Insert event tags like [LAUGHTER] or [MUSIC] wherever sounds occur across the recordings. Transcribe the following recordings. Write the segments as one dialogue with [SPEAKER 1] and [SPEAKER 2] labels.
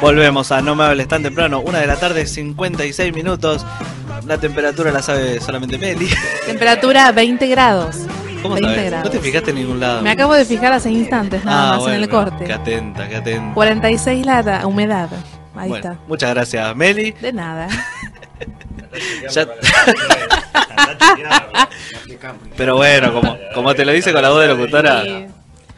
[SPEAKER 1] Volvemos a No me hables tan temprano, una de la tarde, 56 minutos. La temperatura la sabe solamente Meli. [LAUGHS]
[SPEAKER 2] Temperatura 20 grados.
[SPEAKER 1] ¿Cómo
[SPEAKER 2] 20
[SPEAKER 1] sabes? No
[SPEAKER 2] grados.
[SPEAKER 1] te fijaste en ningún lado.
[SPEAKER 2] Me acabo de fijar hace instantes nada
[SPEAKER 1] Ah,
[SPEAKER 2] más
[SPEAKER 1] bueno,
[SPEAKER 2] en el
[SPEAKER 1] mira,
[SPEAKER 2] corte.
[SPEAKER 1] Qué atenta, qué atenta.
[SPEAKER 2] 46 lata, humedad. Ahí
[SPEAKER 1] Bueno,
[SPEAKER 2] está.
[SPEAKER 1] Muchas gracias, Meli.
[SPEAKER 2] De nada.
[SPEAKER 1] Ya- [LAUGHS] Pero bueno, como, como te lo dice con la voz de locutora,
[SPEAKER 2] Sí.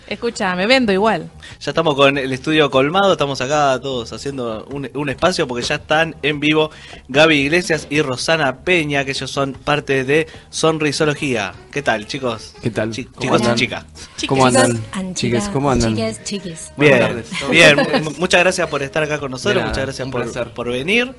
[SPEAKER 2] Escucha, me Eh, vendo igual.
[SPEAKER 1] ya estamos con el estudio colmado, estamos acá todos haciendo un, un espacio porque ya están en vivo Gaby Iglesias y Rosana Peña, que ellos son parte de Sonrisología. ¿Qué tal, chicos?
[SPEAKER 3] ¿Qué tal?
[SPEAKER 1] Chi-
[SPEAKER 3] ¿Cómo
[SPEAKER 1] chicos y
[SPEAKER 3] andan?
[SPEAKER 1] chicas.
[SPEAKER 3] ¿Cómo
[SPEAKER 4] Chicos
[SPEAKER 3] andan?
[SPEAKER 4] and
[SPEAKER 3] Chiques, ¿cómo andan?
[SPEAKER 4] Chiques, chiques.
[SPEAKER 1] Bien,
[SPEAKER 3] Buenas tardes.
[SPEAKER 1] bien. mu- muchas gracias por estar acá con
[SPEAKER 3] De
[SPEAKER 1] nosotros,
[SPEAKER 3] nada,
[SPEAKER 1] muchas gracias
[SPEAKER 3] un
[SPEAKER 1] por,
[SPEAKER 3] placer.
[SPEAKER 1] por venir.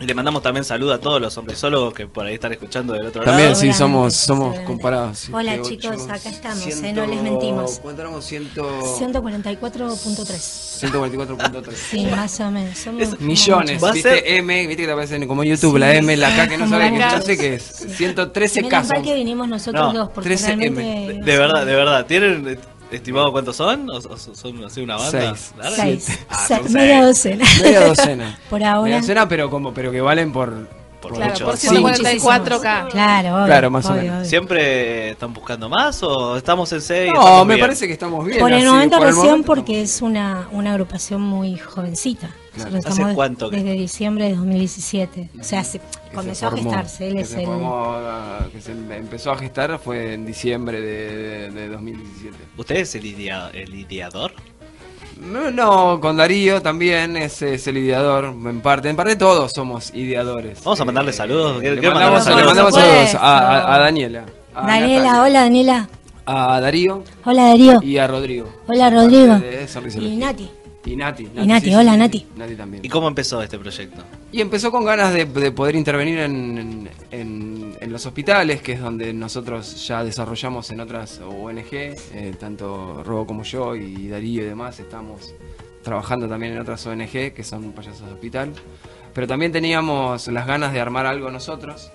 [SPEAKER 1] Y le mandamos también saludos a todos los hombresólogos que por ahí están escuchando del otro
[SPEAKER 3] También,
[SPEAKER 1] lado.
[SPEAKER 3] sí, somos-
[SPEAKER 4] Seguramente,
[SPEAKER 3] somos
[SPEAKER 4] seguramente.
[SPEAKER 3] comparados.
[SPEAKER 4] Hola
[SPEAKER 3] Siete,
[SPEAKER 4] chicos,
[SPEAKER 3] ocho,
[SPEAKER 4] acá estamos,
[SPEAKER 3] ciento-
[SPEAKER 4] eh, no les mentimos.
[SPEAKER 3] ¿Cuánto éramos? Ciento-
[SPEAKER 4] 144.3.
[SPEAKER 3] 144.3.
[SPEAKER 4] Sí, más o menos. Somos
[SPEAKER 1] Es-
[SPEAKER 4] como
[SPEAKER 3] Millones,
[SPEAKER 1] Va a
[SPEAKER 3] viste
[SPEAKER 1] ser-
[SPEAKER 3] M, viste que te aparecen como YouTube, la M, la K que no sabe que
[SPEAKER 2] La K.
[SPEAKER 3] no sé qué es.
[SPEAKER 4] muchos.
[SPEAKER 3] 113
[SPEAKER 4] Menos
[SPEAKER 3] casos.
[SPEAKER 4] mal que vinimos nosotros
[SPEAKER 1] No,
[SPEAKER 4] dos, porque
[SPEAKER 3] 13M.
[SPEAKER 4] realmente...
[SPEAKER 1] De,
[SPEAKER 4] no
[SPEAKER 1] de
[SPEAKER 4] sé.
[SPEAKER 1] verdad, de verdad. ¿Tienen eh, estimado cuántos son? ¿O, o son así una banda?
[SPEAKER 3] Seis.
[SPEAKER 1] larga?
[SPEAKER 4] Seis.
[SPEAKER 1] Ah,
[SPEAKER 4] Se-
[SPEAKER 1] son
[SPEAKER 4] media
[SPEAKER 1] seis.
[SPEAKER 4] docena.
[SPEAKER 3] Media docena.
[SPEAKER 4] Por [LAUGHS] ahora.
[SPEAKER 3] Media docena, pero como, pero que valen por.
[SPEAKER 1] Por
[SPEAKER 2] Claro,
[SPEAKER 1] mucho.
[SPEAKER 2] por
[SPEAKER 1] Sí.
[SPEAKER 2] 144K.
[SPEAKER 4] Claro, obvio,
[SPEAKER 3] Claro, más o
[SPEAKER 4] obvio,
[SPEAKER 3] menos.
[SPEAKER 4] obvio.
[SPEAKER 1] ¿Siempre están buscando más o estamos en seis?
[SPEAKER 3] No, me parece que estamos bien.
[SPEAKER 4] Por el
[SPEAKER 3] así,
[SPEAKER 4] momento
[SPEAKER 3] por el
[SPEAKER 4] recién,
[SPEAKER 3] momento
[SPEAKER 4] porque es una, una agrupación muy jovencita. Nosotros
[SPEAKER 1] ¿Hace
[SPEAKER 4] estamos
[SPEAKER 1] cuánto que-
[SPEAKER 4] Desde diciembre de 2017. O sea, se-
[SPEAKER 3] que se
[SPEAKER 4] comenzó a
[SPEAKER 3] formó,
[SPEAKER 4] gestarse. Él
[SPEAKER 3] que
[SPEAKER 4] es
[SPEAKER 3] se
[SPEAKER 4] el...
[SPEAKER 3] formó, ah, que se em- empezó a gestar fue en diciembre de, de- de 2017.
[SPEAKER 1] ¿Usted es el, idea- el ideador?
[SPEAKER 3] No, no, con Darío también es, es el ideador, en parte. En parte todos somos ideadores. Eh,
[SPEAKER 1] Vamos a mandarle saludos, ¿qué-
[SPEAKER 3] Le
[SPEAKER 1] qué
[SPEAKER 3] mandamos,
[SPEAKER 2] mandamos
[SPEAKER 3] le mandamos
[SPEAKER 2] saludos?
[SPEAKER 3] saludos a, a- a Daniela. a
[SPEAKER 4] Daniela,
[SPEAKER 3] Ah, Natalia,
[SPEAKER 4] hola Daniela.
[SPEAKER 3] A Darío
[SPEAKER 4] Hola Darío.
[SPEAKER 3] y a Rodrigo.
[SPEAKER 4] Hola Rodrigo.
[SPEAKER 3] De Sonrisa
[SPEAKER 4] Y
[SPEAKER 3] Elegida.
[SPEAKER 4] Nati.
[SPEAKER 3] Y Nati.
[SPEAKER 4] Y Nati, hola, Nati.
[SPEAKER 3] Nati también.
[SPEAKER 1] ¿Y cómo empezó este proyecto?
[SPEAKER 3] Y empezó con ganas de, de poder intervenir en, en- en los hospitales, que es donde nosotros ya desarrollamos en otras ONG, eh, tanto Robo como yo y Darío y demás, estamos trabajando también en otras ONG, que son payasos de hospital. Pero también teníamos las ganas de armar algo nosotros.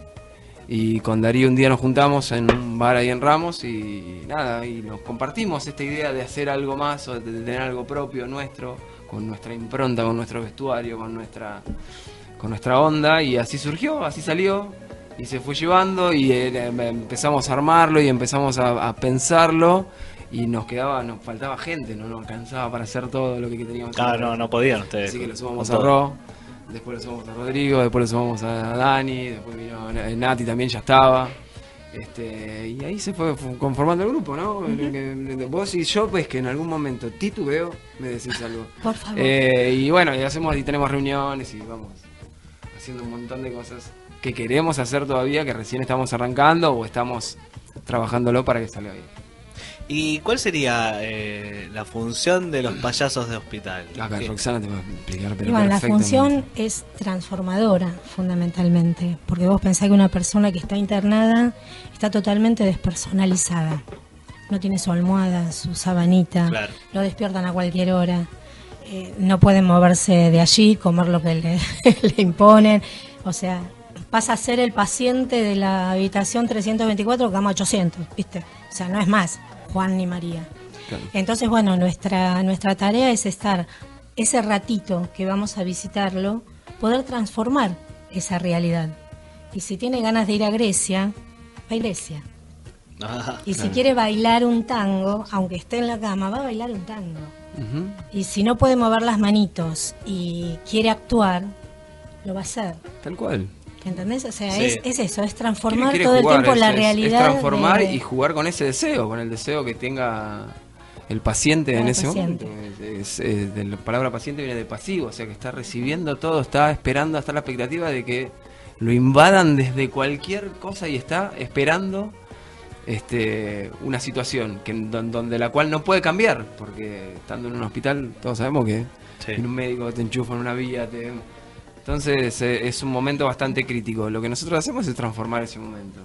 [SPEAKER 3] Y con Darío un día nos juntamos en un bar ahí en Ramos y nada, y nos compartimos esta idea de hacer algo más o de tener algo propio nuestro, con nuestra impronta, con nuestro vestuario, con nuestra con nuestra onda y así surgió, así salió y se fue llevando y eh, em- empezamos a armarlo y empezamos a, a pensarlo y nos quedaba, nos faltaba gente, no nos alcanzaba para hacer todo lo que teníamos. que
[SPEAKER 1] Ah,
[SPEAKER 3] hacer.
[SPEAKER 1] no, no podían ustedes.
[SPEAKER 3] Así que lo sumamos
[SPEAKER 1] con
[SPEAKER 3] a
[SPEAKER 1] todo.
[SPEAKER 3] Ro, después lo sumamos a Rodrigo, después lo sumamos a Dani, después vino Na- Nati también ya estaba. Este, y ahí se fue fu- conformando el grupo, ¿no? Que- Vos y yo, pues que en algún momento titubeo, me decís [LAUGHS] algo.
[SPEAKER 4] Por favor.
[SPEAKER 3] Eh, y bueno, y hacemos y tenemos reuniones y vamos haciendo un montón de cosas que queremos hacer todavía, que recién estamos arrancando o estamos trabajándolo para que salga bien.
[SPEAKER 1] ¿Y cuál sería eh, la función de los payasos de hospital?
[SPEAKER 3] Acá
[SPEAKER 1] ¿Qué-
[SPEAKER 3] Roxana te va a explicar, pero
[SPEAKER 4] Y bueno, la
[SPEAKER 3] perfectamente.
[SPEAKER 4] función es transformadora, fundamentalmente, porque vos pensás que una persona que está internada está totalmente despersonalizada. No tiene su almohada, su sabanita,
[SPEAKER 1] Claro.
[SPEAKER 4] lo despiertan a cualquier hora, eh, no pueden moverse de allí, comer lo que le, [LAUGHS] le imponen, o sea, pasa a ser el paciente de la habitación 324, cama 800, ¿viste? O sea, no es más Juan ni María.
[SPEAKER 3] Claro.
[SPEAKER 4] Entonces, bueno, nuestra, nuestra tarea es estar ese ratito que vamos a visitarlo, poder transformar esa realidad. Y si tiene ganas de ir a Grecia, va a Grecia.
[SPEAKER 1] Ah,
[SPEAKER 4] Y si quiere bailar un tango, aunque esté en la cama, va a bailar un tango.
[SPEAKER 3] Ujú.
[SPEAKER 4] Y si no puede mover las manitos y quiere actuar, lo va a hacer.
[SPEAKER 3] Tal cual.
[SPEAKER 4] ¿Entendés? O sea,
[SPEAKER 1] Sí.
[SPEAKER 4] es, es eso, es transformar
[SPEAKER 3] Quiere
[SPEAKER 4] todo
[SPEAKER 3] jugar,
[SPEAKER 4] el tiempo
[SPEAKER 3] es-
[SPEAKER 4] la
[SPEAKER 3] es-
[SPEAKER 4] realidad.
[SPEAKER 3] Es transformar
[SPEAKER 4] de-
[SPEAKER 3] y jugar con ese deseo, con el deseo que tenga el paciente
[SPEAKER 4] Cada
[SPEAKER 3] en ese
[SPEAKER 4] paciente.
[SPEAKER 3] momento. Es- es- es- de la palabra paciente viene de pasivo, o sea que está recibiendo todo, está esperando, está a la expectativa de que lo invadan desde cualquier cosa y está esperando este una situación que en don- donde la cual no puede cambiar, porque estando en un hospital todos sabemos que
[SPEAKER 1] Sí.
[SPEAKER 3] en un médico te enchufa en una vía, te... Entonces eh, es un momento bastante crítico. Lo que nosotros hacemos es transformar ese momento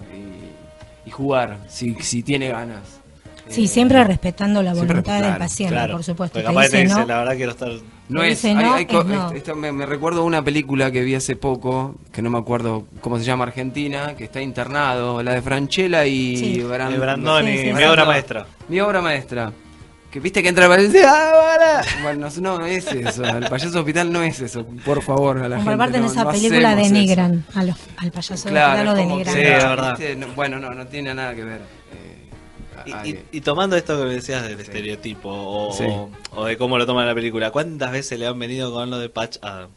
[SPEAKER 3] y, y jugar, si, si tiene ganas.
[SPEAKER 4] Sí,
[SPEAKER 3] Eh,
[SPEAKER 4] siempre respetando la
[SPEAKER 3] siempre,
[SPEAKER 4] voluntad del
[SPEAKER 3] claro,
[SPEAKER 4] paciente,
[SPEAKER 1] claro.
[SPEAKER 4] por supuesto.
[SPEAKER 1] Porque
[SPEAKER 4] Te
[SPEAKER 1] capaz te
[SPEAKER 4] dice,
[SPEAKER 1] dicen,
[SPEAKER 4] no,
[SPEAKER 1] la verdad quiero estar...
[SPEAKER 3] No
[SPEAKER 4] Te
[SPEAKER 3] es,
[SPEAKER 4] dice
[SPEAKER 3] hay-
[SPEAKER 4] no,
[SPEAKER 3] hay co-
[SPEAKER 4] es no.
[SPEAKER 3] est- esto me, me recuerdo una película que vi hace poco, que no me acuerdo cómo se llama Argentina, que está internado, la de Franchella y
[SPEAKER 4] Sí.
[SPEAKER 3] Bran-
[SPEAKER 1] Eh, Brandoni,
[SPEAKER 4] Sí, sí,
[SPEAKER 1] mi
[SPEAKER 3] Brando-
[SPEAKER 1] obra maestra.
[SPEAKER 3] Mi obra maestra. Que viste que entra el payaso y dice, ¡ah, para! Bueno, no, no es eso. El payaso hospital no es eso. Por favor, a la
[SPEAKER 4] Como
[SPEAKER 3] gente.
[SPEAKER 4] aparte en
[SPEAKER 3] no-
[SPEAKER 4] esa
[SPEAKER 3] no
[SPEAKER 4] película
[SPEAKER 3] hacemos eso.
[SPEAKER 4] denigran a los- al payaso de
[SPEAKER 3] Claro,
[SPEAKER 4] lo
[SPEAKER 3] es como que,
[SPEAKER 4] denigran.
[SPEAKER 1] Sí, la verdad.
[SPEAKER 3] ¿viste? No, bueno, no, no tiene nada que ver. eh,
[SPEAKER 1] Y,
[SPEAKER 3] a-
[SPEAKER 1] y- y tomando esto que me decías del estereotipo o,
[SPEAKER 3] Sí.
[SPEAKER 1] o de cómo lo toman en la película, ¿cuántas veces le han venido con lo de Patch Adam?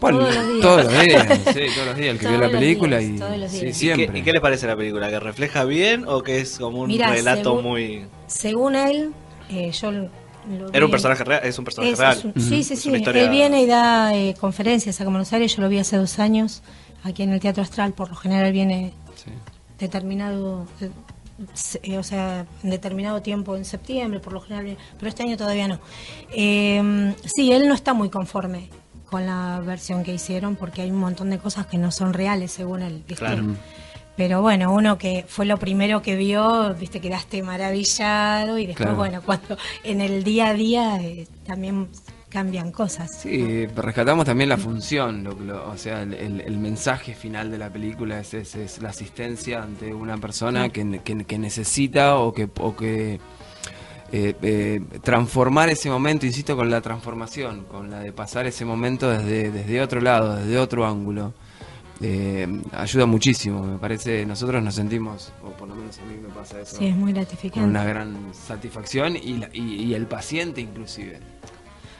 [SPEAKER 3] Bueno,
[SPEAKER 4] Todos los días.
[SPEAKER 3] todos los días, sí, todos los días, el que vio
[SPEAKER 4] Todos
[SPEAKER 3] la
[SPEAKER 4] los
[SPEAKER 3] película
[SPEAKER 4] días,
[SPEAKER 3] y
[SPEAKER 4] todos los
[SPEAKER 3] sí,
[SPEAKER 4] días.
[SPEAKER 1] ¿Y
[SPEAKER 3] siempre.
[SPEAKER 1] qué, y qué les parece la película? ¿Que refleja bien o que es como un
[SPEAKER 4] Mirá,
[SPEAKER 1] relato
[SPEAKER 4] según-
[SPEAKER 1] muy...
[SPEAKER 4] Según él, eh, yo lo lo
[SPEAKER 1] Era
[SPEAKER 4] vi-
[SPEAKER 1] un personaje real, es un personaje
[SPEAKER 4] Es-
[SPEAKER 1] real.
[SPEAKER 4] es un- sí, sí,
[SPEAKER 1] Es
[SPEAKER 4] sí.
[SPEAKER 1] una historia-
[SPEAKER 4] Él viene y da eh, conferencias acá en Buenos Aires. Yo lo vi hace dos años aquí en el Teatro Astral. Por lo general viene
[SPEAKER 3] Sí.
[SPEAKER 4] determinado, eh, se- eh, o sea, en determinado tiempo en septiembre, por lo general, viene- pero este año todavía no. Eh, sí, él no está muy conforme con la versión que hicieron porque hay un montón de cosas que no son reales según él. ¿viste?
[SPEAKER 1] Claro.
[SPEAKER 4] Pero bueno, uno que fue lo primero que vio, viste, quedaste maravillado y después,
[SPEAKER 3] Claro.
[SPEAKER 4] bueno, cuando en el día a día eh, también cambian cosas.
[SPEAKER 3] Sí, rescatamos también la función, lo- lo- o sea, el, el- el mensaje final de la película es, es- es la asistencia ante una persona que, que- que necesita o que, o que eh, eh, transformar ese momento, insisto, con la transformación, con la de pasar ese momento desde, desde otro lado, desde otro ángulo. Eh, ayuda muchísimo, me parece, nosotros nos sentimos, o por lo menos a mí me pasa eso,
[SPEAKER 4] Sí, es muy
[SPEAKER 3] con
[SPEAKER 4] gratificante.
[SPEAKER 3] una gran satisfacción y, la- y- y el paciente inclusive.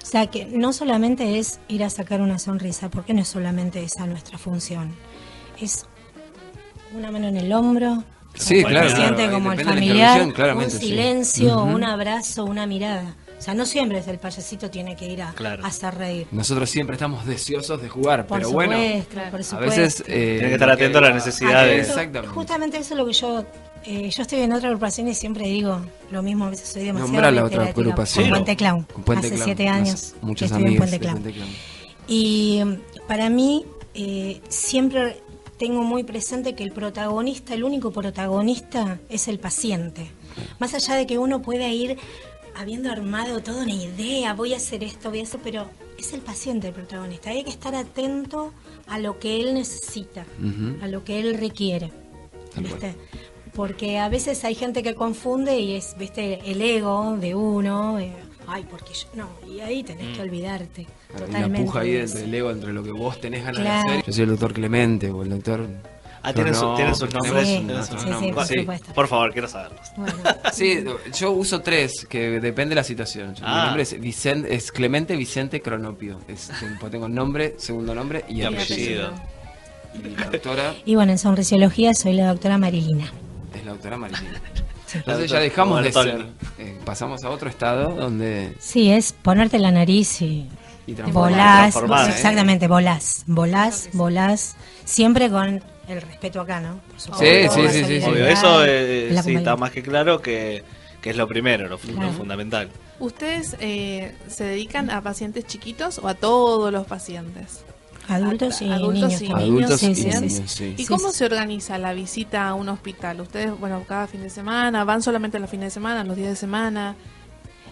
[SPEAKER 4] O sea que no solamente es ir a sacar una sonrisa, porque no es solamente esa nuestra función. Es una mano en el hombro,
[SPEAKER 3] Sí,
[SPEAKER 1] Como el
[SPEAKER 3] claro.
[SPEAKER 4] se siente
[SPEAKER 3] claro,
[SPEAKER 4] como el
[SPEAKER 3] depende de la
[SPEAKER 4] familiar,
[SPEAKER 3] intervención,
[SPEAKER 4] un
[SPEAKER 3] claramente, sí.
[SPEAKER 4] silencio, un abrazo, una mirada. O sea, no siempre es el payasito tiene que ir a
[SPEAKER 1] Claro.
[SPEAKER 4] a hacer reír.
[SPEAKER 3] Nosotros siempre estamos deseosos de jugar,
[SPEAKER 4] Por
[SPEAKER 3] pero
[SPEAKER 4] supuesto,
[SPEAKER 3] bueno,
[SPEAKER 4] por
[SPEAKER 3] a
[SPEAKER 4] supuesto.
[SPEAKER 3] veces... eh,
[SPEAKER 1] Tiene que estar atento a las necesidades.
[SPEAKER 4] Atento.
[SPEAKER 3] ah, Exactamente.
[SPEAKER 4] Justamente eso es lo que yo. eh, yo estoy en otra agrupación y siempre digo lo mismo, a veces soy demasiado.
[SPEAKER 3] Nombra la otra
[SPEAKER 4] reiterativa.
[SPEAKER 3] agrupación.
[SPEAKER 4] Con Puente Clown.
[SPEAKER 3] Con Puente
[SPEAKER 4] Hace
[SPEAKER 3] Clown.
[SPEAKER 4] siete
[SPEAKER 3] Nos-
[SPEAKER 4] años que
[SPEAKER 3] Muchos
[SPEAKER 4] estoy en
[SPEAKER 3] amigos
[SPEAKER 4] Puente
[SPEAKER 3] de
[SPEAKER 4] Clown.
[SPEAKER 3] Puente Clown.
[SPEAKER 4] Y mm, para mí eh, siempre tengo muy presente que el protagonista, el único protagonista es el paciente. Más allá de que uno pueda ir habiendo armado toda una idea, voy a hacer esto, voy a hacer, pero es el paciente el protagonista. Hay que estar atento a lo que él necesita,
[SPEAKER 3] Ujú.
[SPEAKER 4] a lo que él requiere.
[SPEAKER 3] Tal cual.
[SPEAKER 4] ¿viste? Porque a veces hay gente que confunde y es, viste, el ego de uno. eh, Ay, porque yo. No, y ahí tenés
[SPEAKER 3] Mm.
[SPEAKER 4] que olvidarte.
[SPEAKER 3] Hay
[SPEAKER 4] totalmente.
[SPEAKER 3] una puja ahí
[SPEAKER 4] de
[SPEAKER 3] entre
[SPEAKER 4] eso.
[SPEAKER 3] el ego, entre lo que vos tenés ganas
[SPEAKER 4] Claro.
[SPEAKER 3] de hacer. Yo soy el doctor Clemente o el doctor...
[SPEAKER 1] Ah, tienen, su-
[SPEAKER 3] Pero no,
[SPEAKER 1] tienen sus
[SPEAKER 3] tenemos
[SPEAKER 1] nombres.
[SPEAKER 4] Sí,
[SPEAKER 3] un-
[SPEAKER 1] tienen
[SPEAKER 4] sí,
[SPEAKER 1] sus
[SPEAKER 4] sí,
[SPEAKER 1] nombres.
[SPEAKER 4] por
[SPEAKER 1] Sí,
[SPEAKER 4] supuesto.
[SPEAKER 1] por favor, quiero saberlos.
[SPEAKER 4] Bueno.
[SPEAKER 3] Sí, yo uso tres, que depende de la situación. Yo-
[SPEAKER 1] Ah.
[SPEAKER 3] Mi nombre es, Vicente, es Clemente Vicente Cronopio. Es, tengo- tengo nombre, segundo nombre y,
[SPEAKER 1] Y
[SPEAKER 3] apellido.
[SPEAKER 1] apellido.
[SPEAKER 3] Y la doctora
[SPEAKER 4] Y bueno, en sonrisiología soy la doctora Marilina.
[SPEAKER 3] es la doctora
[SPEAKER 4] [LAUGHS]
[SPEAKER 3] Marilina.
[SPEAKER 1] La
[SPEAKER 3] Entonces
[SPEAKER 1] doctora
[SPEAKER 3] ya dejamos de ser.
[SPEAKER 1] Bartolini.
[SPEAKER 3] eh, pasamos a otro estado donde...
[SPEAKER 4] Sí, es ponerte la nariz y
[SPEAKER 3] Y
[SPEAKER 4] volás.
[SPEAKER 1] transformar,
[SPEAKER 4] sí,
[SPEAKER 1] ¿eh?
[SPEAKER 4] Exactamente, volás. Volás, volás. Siempre con el respeto acá, ¿no? Por
[SPEAKER 3] Sí,
[SPEAKER 4] supuesto,
[SPEAKER 3] sí,
[SPEAKER 4] la
[SPEAKER 3] sí, sí, sí.
[SPEAKER 1] Obvio,
[SPEAKER 4] solidaridad,
[SPEAKER 1] eso eh,
[SPEAKER 4] la
[SPEAKER 1] sí, está
[SPEAKER 4] compañía.
[SPEAKER 1] más que claro que, que es lo primero, lo, fu- lo
[SPEAKER 4] Claro.
[SPEAKER 1] fundamental.
[SPEAKER 2] ¿Ustedes eh, se dedican a pacientes chiquitos o a todos los pacientes?
[SPEAKER 4] Adultos y
[SPEAKER 2] Adultos
[SPEAKER 4] niños
[SPEAKER 2] y
[SPEAKER 4] también.
[SPEAKER 3] Adultos
[SPEAKER 4] Sí,
[SPEAKER 3] y
[SPEAKER 4] sí, sí, sí.
[SPEAKER 3] niños, sí.
[SPEAKER 2] ¿Y
[SPEAKER 4] Sí,
[SPEAKER 2] cómo
[SPEAKER 4] sí.
[SPEAKER 2] se organiza la visita a un hospital? Ustedes, bueno, cada fin de semana, van solamente los fines de semana, los días de semana.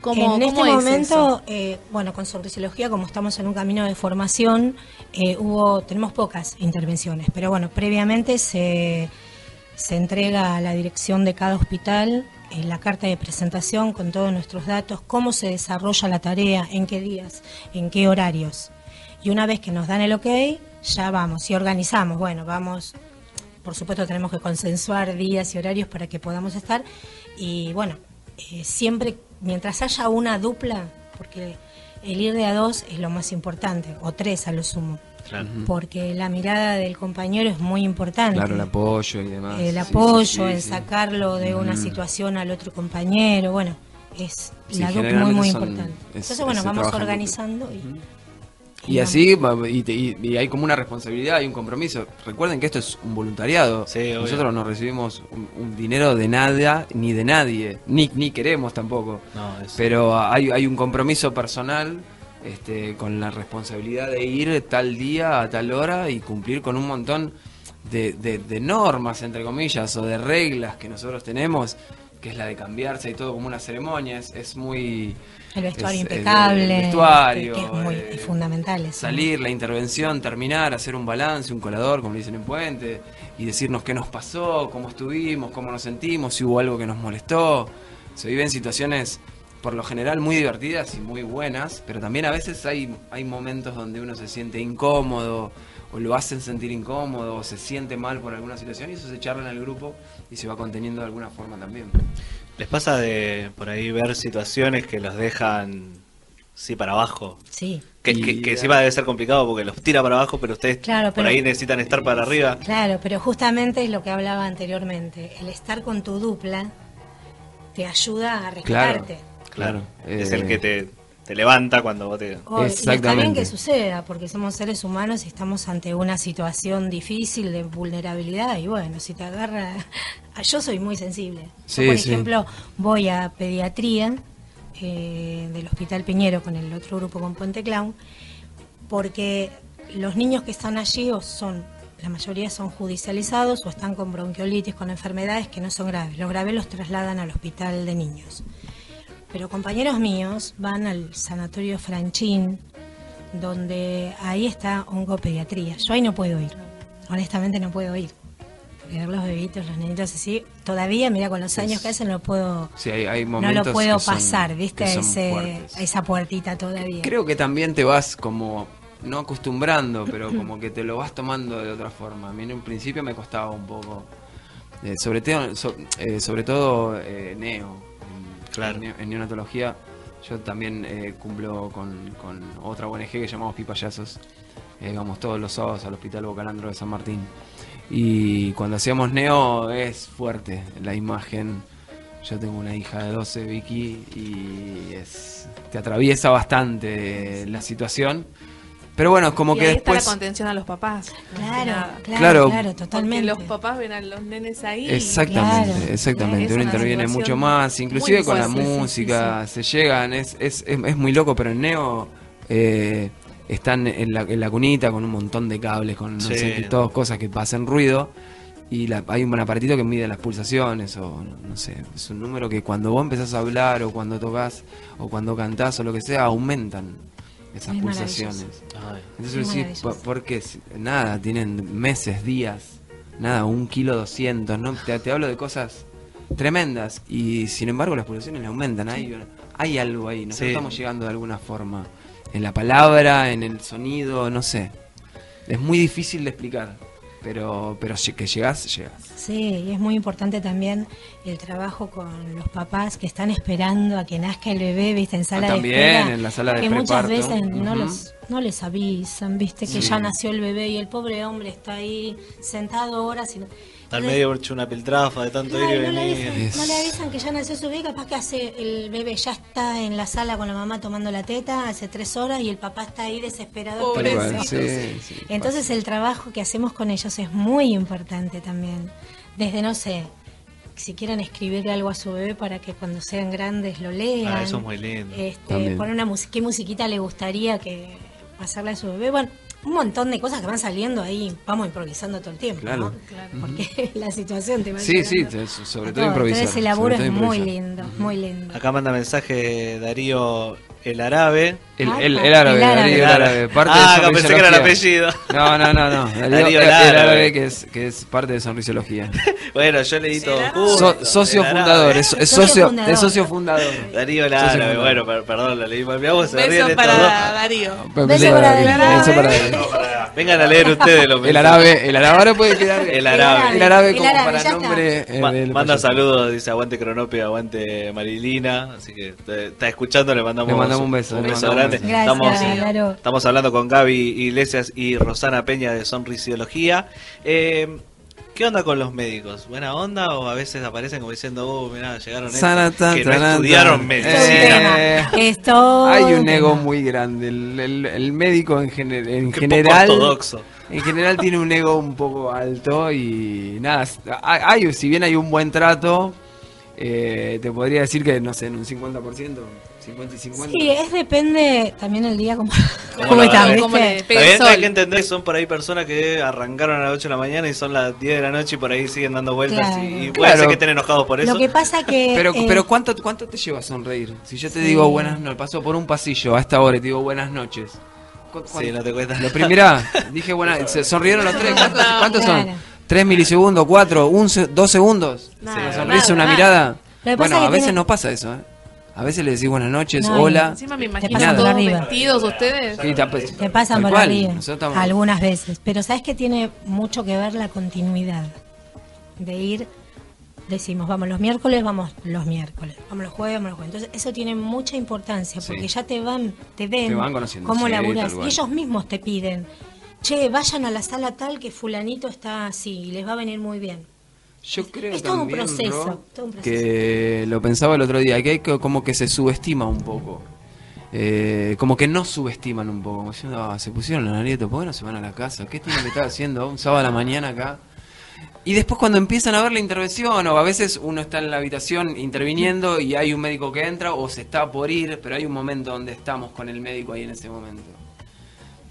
[SPEAKER 2] ¿Cómo,
[SPEAKER 4] en
[SPEAKER 2] cómo
[SPEAKER 4] este
[SPEAKER 2] es eso?
[SPEAKER 4] momento, eh, bueno, con sonrisiología, como estamos en un camino de formación, eh, hubo, tenemos pocas intervenciones, pero bueno, previamente se, se entrega a la dirección de cada hospital eh, la carta de presentación con todos nuestros datos, cómo se desarrolla la tarea, en qué días, en qué horarios. Y una vez que nos dan el ok, ya vamos y organizamos, bueno, vamos por supuesto tenemos que consensuar días y horarios para que podamos estar y bueno eh, siempre mientras haya una dupla porque el ir de a dos es lo más importante o tres a lo sumo
[SPEAKER 1] Claro.
[SPEAKER 4] porque la mirada del compañero es muy importante
[SPEAKER 3] Claro, el apoyo y demás.
[SPEAKER 4] el
[SPEAKER 3] Sí,
[SPEAKER 4] apoyo
[SPEAKER 3] sí, sí,
[SPEAKER 4] el
[SPEAKER 3] sí.
[SPEAKER 4] sacarlo de una
[SPEAKER 3] Mm.
[SPEAKER 4] situación al otro compañero bueno es
[SPEAKER 3] Sí,
[SPEAKER 4] la dupla muy
[SPEAKER 3] generalmente
[SPEAKER 4] muy
[SPEAKER 3] son-
[SPEAKER 4] importante
[SPEAKER 3] es-
[SPEAKER 4] entonces bueno
[SPEAKER 3] se
[SPEAKER 4] vamos
[SPEAKER 3] trabaja en
[SPEAKER 4] organizando y,
[SPEAKER 3] Y así, va- y, te- y- y hay como una responsabilidad y un compromiso. Recuerden que esto es un voluntariado.
[SPEAKER 1] Sí, obvio.
[SPEAKER 3] Nosotros no recibimos un, un dinero de nada ni de nadie, ni, ni queremos tampoco.
[SPEAKER 1] No, es-
[SPEAKER 3] Pero hay, hay un compromiso personal este, con la responsabilidad de ir tal día a tal hora y cumplir con un montón de, de- de normas, entre comillas, o de reglas que nosotros tenemos, que es la de cambiarse y todo como una ceremonia. Es, es muy...
[SPEAKER 4] el vestuario
[SPEAKER 3] es- es-
[SPEAKER 4] impecable
[SPEAKER 3] El vestuario.
[SPEAKER 4] que es muy
[SPEAKER 3] eh,
[SPEAKER 4] fundamental eso.
[SPEAKER 3] Salir, la intervención, terminar, hacer un balance, un colador, como le dicen en Puente, y decirnos qué nos pasó, cómo estuvimos, cómo nos sentimos, si hubo algo que nos molestó. Se viven situaciones por lo general muy divertidas y muy buenas, pero también a veces hay, hay momentos donde uno se siente incómodo o lo hacen sentir incómodo o se siente mal por alguna situación y eso se charla en el grupo y se va conteniendo de alguna forma también.
[SPEAKER 1] ¿Les pasa de por ahí ver situaciones que los dejan, sí, para abajo?
[SPEAKER 4] Sí.
[SPEAKER 1] Que,
[SPEAKER 3] Y-
[SPEAKER 1] que- que encima debe ser complicado porque los tira para abajo, pero ustedes
[SPEAKER 4] Claro,
[SPEAKER 1] por
[SPEAKER 4] pero-
[SPEAKER 1] ahí necesitan estar para arriba.
[SPEAKER 4] Claro, pero justamente es lo que hablaba anteriormente. El estar con tu dupla te ayuda a rescatarte.
[SPEAKER 3] Claro.
[SPEAKER 1] Es
[SPEAKER 3] Eh,
[SPEAKER 1] el que te, te levanta cuando vos te...
[SPEAKER 4] Oh, y está bien
[SPEAKER 3] Exactamente.
[SPEAKER 4] que suceda, porque somos seres humanos y estamos ante una situación difícil de vulnerabilidad. Y bueno, si te agarra. [LAUGHS] Yo soy muy sensible.
[SPEAKER 3] Sí,
[SPEAKER 4] Yo, por
[SPEAKER 3] sí.
[SPEAKER 4] ejemplo, voy a pediatría eh, del Hospital Piñero con el otro grupo, con Puente Clown, porque los niños que están allí o son. La mayoría son judicializados o están con bronquiolitis, con enfermedades que no son graves. Los graves los trasladan al hospital de niños. Pero compañeros míos van al sanatorio Franchín, donde ahí está oncopediatría. Yo ahí no puedo ir. Honestamente no puedo ir. Porque ver los bebitos, los nenitos así, todavía, mira, con los años que hacen, no puedo,
[SPEAKER 3] sí, hay, hay
[SPEAKER 4] no
[SPEAKER 3] momentos
[SPEAKER 4] lo puedo
[SPEAKER 3] que son-
[SPEAKER 4] pasar,
[SPEAKER 3] que
[SPEAKER 4] ¿viste? A,
[SPEAKER 3] son
[SPEAKER 4] ese-
[SPEAKER 3] fuertes.
[SPEAKER 4] a esa puertita todavía.
[SPEAKER 3] Creo que también te vas como, no acostumbrando, pero como que te lo vas tomando de otra forma. A mí en un principio me costaba un poco. Eh, sobre, teo- so- eh, sobre todo eh, Neo. En,
[SPEAKER 1] Claro.
[SPEAKER 3] en, neo- en neonatología yo también eh, cumplo con, con otra ONG que llamamos Pipayazos. Eh, vamos todos los sábados al Hospital Bocalandro de San Martín. Y cuando hacíamos Neo es fuerte la imagen. Yo tengo una hija de 12, Vicky, y es, te atraviesa bastante la situación. Pero bueno, es como
[SPEAKER 2] y
[SPEAKER 3] que
[SPEAKER 2] ahí
[SPEAKER 3] después...
[SPEAKER 2] está la contención a los papás. más que nada.
[SPEAKER 4] Claro, claro,
[SPEAKER 3] Claro.
[SPEAKER 4] claro,
[SPEAKER 2] Porque
[SPEAKER 4] totalmente.
[SPEAKER 2] los papás ven a los nenes ahí.
[SPEAKER 3] Exactamente,
[SPEAKER 4] Claro.
[SPEAKER 3] exactamente.
[SPEAKER 2] Es
[SPEAKER 3] Uno
[SPEAKER 2] una
[SPEAKER 3] interviene
[SPEAKER 2] situación
[SPEAKER 3] mucho más, inclusive
[SPEAKER 2] muy
[SPEAKER 3] con la
[SPEAKER 2] fuerte, sí, sí,
[SPEAKER 3] música, se llegan, es, es, es, es muy loco, pero en Neo eh, están en la, en la cunita con un montón de cables, con no
[SPEAKER 1] Sí.
[SPEAKER 3] sé qué, todas cosas que pasan ruido. Y la- hay un aparatito que mide las pulsaciones, o no, no sé, es un número que cuando vos empezás a hablar, o cuando tocas, o cuando cantás, o lo que sea, aumentan esas
[SPEAKER 4] Es maravilloso.
[SPEAKER 3] pulsaciones.
[SPEAKER 1] Ay.
[SPEAKER 3] Entonces
[SPEAKER 4] Es
[SPEAKER 3] vos decís,
[SPEAKER 4] maravilloso.
[SPEAKER 3] "Pa- ¿por qué? Si- Nada, tienen meses, días, nada, un kilo doscientos, ¿no? Te, te hablo de cosas tremendas y sin embargo las poblaciones le aumentan, hay, hay algo ahí, nosotros
[SPEAKER 1] Sí.
[SPEAKER 3] estamos llegando de alguna forma, en la palabra, en el sonido, no sé. Es muy difícil de explicar, pero, pero lle- que llegás, llegás.
[SPEAKER 4] Sí, y es muy importante también el trabajo con los papás que están esperando a que nazca el bebé, viste, en sala
[SPEAKER 3] Ah, también,
[SPEAKER 4] de espera.
[SPEAKER 3] en la sala de
[SPEAKER 4] que muchas
[SPEAKER 3] preparto.
[SPEAKER 4] veces no,
[SPEAKER 3] Ujú.
[SPEAKER 4] los, no les avisan, viste, que ya nació el bebé y el pobre hombre está ahí sentado horas y no...
[SPEAKER 1] Está al medio hecho una piltrafa de tanto ir y
[SPEAKER 4] Claro, no, le
[SPEAKER 1] venir.
[SPEAKER 4] avisan, no le avisan que ya nació su bebé, capaz que hace el bebé ya está en la sala con la mamá tomando la teta hace tres horas y el papá está ahí desesperado.
[SPEAKER 3] Tal cual,
[SPEAKER 2] Pobrecitos.
[SPEAKER 3] sí, sí,
[SPEAKER 4] Entonces el trabajo que hacemos con ellos es muy importante también. Desde, no sé, si quieren escribirle algo a su bebé para que cuando sean grandes lo lean.
[SPEAKER 1] Ah, eso es muy lindo.
[SPEAKER 4] Este,
[SPEAKER 3] También.
[SPEAKER 4] poner una mus- qué musiquita le gustaría que pasarle a su bebé. Bueno, un montón de cosas que van saliendo ahí, vamos improvisando todo el tiempo,
[SPEAKER 3] Claro.
[SPEAKER 4] ¿no? Porque [LAUGHS] la situación te va
[SPEAKER 3] Sí, sí,
[SPEAKER 4] llevando
[SPEAKER 3] te-
[SPEAKER 4] a
[SPEAKER 3] sobre
[SPEAKER 4] todo.
[SPEAKER 3] todo improvisar.
[SPEAKER 4] Entonces el laburo
[SPEAKER 3] sobre
[SPEAKER 4] es
[SPEAKER 3] todo
[SPEAKER 4] muy
[SPEAKER 3] improvisar.
[SPEAKER 4] lindo, muy lindo.
[SPEAKER 1] Acá manda mensaje Darío el Arabe.
[SPEAKER 3] El,
[SPEAKER 4] Ah,
[SPEAKER 3] el,
[SPEAKER 4] pa-
[SPEAKER 3] el árabe,
[SPEAKER 4] el
[SPEAKER 3] Darío
[SPEAKER 4] árabe.
[SPEAKER 3] el árabe. Parte
[SPEAKER 1] Ah,
[SPEAKER 3] de
[SPEAKER 1] acá pensé que era el
[SPEAKER 3] sonrisología.
[SPEAKER 1] apellido. [LAUGHS]
[SPEAKER 3] No, no, no, no. Darío,
[SPEAKER 1] Darío eh.
[SPEAKER 3] el,
[SPEAKER 1] el
[SPEAKER 3] el árabe,
[SPEAKER 1] árabe.
[SPEAKER 3] que, es, que es parte de Sonrisología.
[SPEAKER 1] Bueno, yo leí todo.
[SPEAKER 2] Arabe.
[SPEAKER 1] junto,
[SPEAKER 3] So- socio
[SPEAKER 1] el Arabe.
[SPEAKER 3] fundador, es, es
[SPEAKER 4] Socio
[SPEAKER 3] socio,
[SPEAKER 4] fundador.
[SPEAKER 3] es socio fundador.
[SPEAKER 1] Darío el
[SPEAKER 3] Socio
[SPEAKER 1] Árabe,
[SPEAKER 3] fundador.
[SPEAKER 1] bueno, per- perdón, lo leí mal. Mirá vos,
[SPEAKER 2] Un
[SPEAKER 1] se ríen
[SPEAKER 2] beso
[SPEAKER 1] estos
[SPEAKER 2] para
[SPEAKER 1] dos.
[SPEAKER 2] Darío.
[SPEAKER 4] Beso para
[SPEAKER 3] Darío, eh.
[SPEAKER 4] Darío.
[SPEAKER 3] beso para Darío.
[SPEAKER 1] Vengan a leer ustedes los
[SPEAKER 3] El
[SPEAKER 1] mensajes.
[SPEAKER 3] árabe, el árabe ahora puede quedar.
[SPEAKER 1] El árabe.
[SPEAKER 3] El árabe
[SPEAKER 4] El
[SPEAKER 3] como
[SPEAKER 4] árabe,
[SPEAKER 3] para
[SPEAKER 4] ya
[SPEAKER 3] nombre. eh,
[SPEAKER 1] Ma-
[SPEAKER 3] del
[SPEAKER 1] manda
[SPEAKER 3] payaso.
[SPEAKER 1] saludos, dice aguante Cronopio, aguante Marilina. Así que te- está escuchando, le mandamos,
[SPEAKER 3] Le mandamos un beso, le mandamos un
[SPEAKER 1] grande.
[SPEAKER 4] beso.
[SPEAKER 1] estamos,
[SPEAKER 4] Gracias, Laro.
[SPEAKER 1] estamos hablando con Gaby Iglesias y Rosana Peña de Sonrisiología. Eh, ¿Qué onda con los médicos? ¿Buena onda o a veces aparecen como diciendo, oh, mirá, llegaron estos
[SPEAKER 3] Sana, tan,
[SPEAKER 1] que no
[SPEAKER 3] tan, tan.
[SPEAKER 1] estudiaron
[SPEAKER 4] Es todo un
[SPEAKER 1] medicina?
[SPEAKER 3] Eh,
[SPEAKER 4] tema. Es todo
[SPEAKER 3] Hay un
[SPEAKER 4] tema.
[SPEAKER 3] ego muy grande. El, el- el médico en, gener- en
[SPEAKER 1] Qué poco
[SPEAKER 3] general.
[SPEAKER 1] ortodoxo.
[SPEAKER 3] En general tiene un ego un poco alto y nada, s- hay, hay- si bien hay un buen trato, eh, te podría decir que, no sé, en un 50%, 50 y 50.
[SPEAKER 4] Sí, es depende también el
[SPEAKER 3] [LAUGHS]
[SPEAKER 4] día como,
[SPEAKER 1] ¿Cómo
[SPEAKER 4] como
[SPEAKER 1] lo
[SPEAKER 4] está,
[SPEAKER 1] agarré?
[SPEAKER 4] ¿viste?
[SPEAKER 2] ¿Cómo le- Pega
[SPEAKER 1] También
[SPEAKER 2] el
[SPEAKER 1] hay
[SPEAKER 2] sol.
[SPEAKER 1] que entender que son por ahí personas que arrancaron a las 8 de la mañana y son las 10 de la noche y por ahí siguen dando vueltas
[SPEAKER 4] Claro.
[SPEAKER 1] y, y puede
[SPEAKER 3] Claro.
[SPEAKER 1] ser que estén enojados por eso.
[SPEAKER 4] Lo que pasa que...
[SPEAKER 3] [LAUGHS] Pero,
[SPEAKER 4] eh,
[SPEAKER 3] pero ¿cuánto, ¿cuánto te lleva a sonreír? Si yo te
[SPEAKER 4] Sí.
[SPEAKER 3] digo buenas noches, paso por un pasillo a esta hora y te digo buenas noches. ¿cu-
[SPEAKER 1] Sí,
[SPEAKER 3] cuánto?
[SPEAKER 1] no te cuesta.
[SPEAKER 3] La primera, dije buenas, se sonrieron los tres, ¿cuántos, cuántos son?
[SPEAKER 4] Claro.
[SPEAKER 3] ¿Tres milisegundos, cuatro, un, se- dos segundos?
[SPEAKER 2] Nada,
[SPEAKER 3] ¿Una
[SPEAKER 1] Sí,
[SPEAKER 3] sonrisa,
[SPEAKER 2] nada,
[SPEAKER 3] una
[SPEAKER 2] nada.
[SPEAKER 3] mirada?
[SPEAKER 4] Lo que pasa
[SPEAKER 3] Bueno,
[SPEAKER 4] que
[SPEAKER 3] a veces
[SPEAKER 4] tiene-
[SPEAKER 3] no pasa eso, ¿eh? A veces le decís buenas noches,
[SPEAKER 4] No, y
[SPEAKER 3] hola.
[SPEAKER 2] Encima me
[SPEAKER 4] pasan
[SPEAKER 2] imagino
[SPEAKER 3] por
[SPEAKER 2] todos
[SPEAKER 4] arriba.
[SPEAKER 2] vestidos ustedes.
[SPEAKER 3] Sí, te, ap-
[SPEAKER 4] Te pasan
[SPEAKER 3] tal
[SPEAKER 4] por
[SPEAKER 3] cual,
[SPEAKER 4] arriba
[SPEAKER 3] nosotros estamos-
[SPEAKER 4] algunas veces, pero sabes que tiene mucho que ver la continuidad de ir decimos vamos los miércoles, vamos los miércoles, vamos los jueves, vamos los jueves. Entonces eso tiene mucha importancia porque
[SPEAKER 3] Sí.
[SPEAKER 4] ya te van te ven,
[SPEAKER 3] Te van conociendo,
[SPEAKER 4] cómo
[SPEAKER 3] sí,
[SPEAKER 4] laburás
[SPEAKER 3] tal cual.
[SPEAKER 4] y ellos mismos te piden, "Che, vayan a la sala tal que fulanito está así y les va a venir muy bien."
[SPEAKER 3] Yo creo
[SPEAKER 4] Es todo un
[SPEAKER 3] también,
[SPEAKER 4] proceso,
[SPEAKER 3] Ro,
[SPEAKER 4] todo un proceso.
[SPEAKER 3] que lo pensaba el otro día, que hay co- como que se subestima un poco. Eh, como que no subestiman un poco, como diciendo, "Ah, se pusieron los narices, ¿por qué no se van a la casa? ¿Qué tienen que estar haciendo un sábado a la mañana acá? Y después cuando empiezan a ver la intervención, o a veces uno está en la habitación interviniendo y hay un médico que entra o se está por ir, pero hay un momento donde estamos con el médico ahí en ese momento.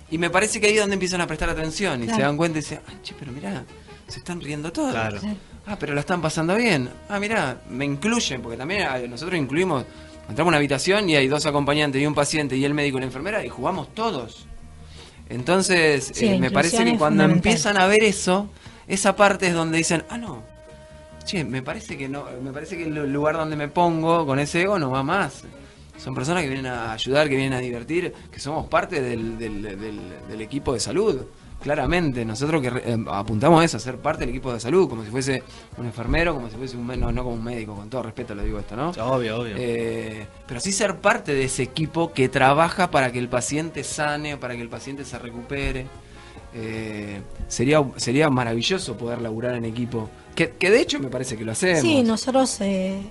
[SPEAKER 3] Y me parece que ahí es donde empiezan a prestar atención y
[SPEAKER 4] Claro.
[SPEAKER 3] se dan cuenta y dicen, ah, che, pero mirá, se están riendo todos.
[SPEAKER 1] Claro.
[SPEAKER 3] Ah, pero la están pasando bien. Ah, mirá, me incluyen, porque también ah, nosotros incluimos, entramos a una habitación y hay dos acompañantes y un paciente y el médico y la enfermera y jugamos todos. Entonces, eh,
[SPEAKER 4] Sí, la
[SPEAKER 3] me
[SPEAKER 4] inclusión
[SPEAKER 3] parece que
[SPEAKER 4] es
[SPEAKER 3] cuando
[SPEAKER 4] fundamental.
[SPEAKER 3] empiezan a ver eso, esa parte es donde dicen, ah, no, che, me parece que no, me parece que el lugar donde me pongo con ese ego no va más. Son personas que vienen a ayudar, que vienen a divertir, que somos parte del, del- del- del equipo de salud. Claramente, nosotros que re- eh, apuntamos a eso, a ser parte del equipo de salud, como si fuese un enfermero, como si fuese un mé- no, no como un médico, con todo respeto lo digo esto, ¿no?
[SPEAKER 1] [LAUGHS] Obvio, obvio.
[SPEAKER 3] Eh, pero sí ser parte de ese equipo que trabaja para que el paciente sane, para que el paciente se recupere. Eh, sería, sería maravilloso poder laburar en equipo. Que, que de hecho me parece que lo hacemos.
[SPEAKER 4] Sí, nosotros eh,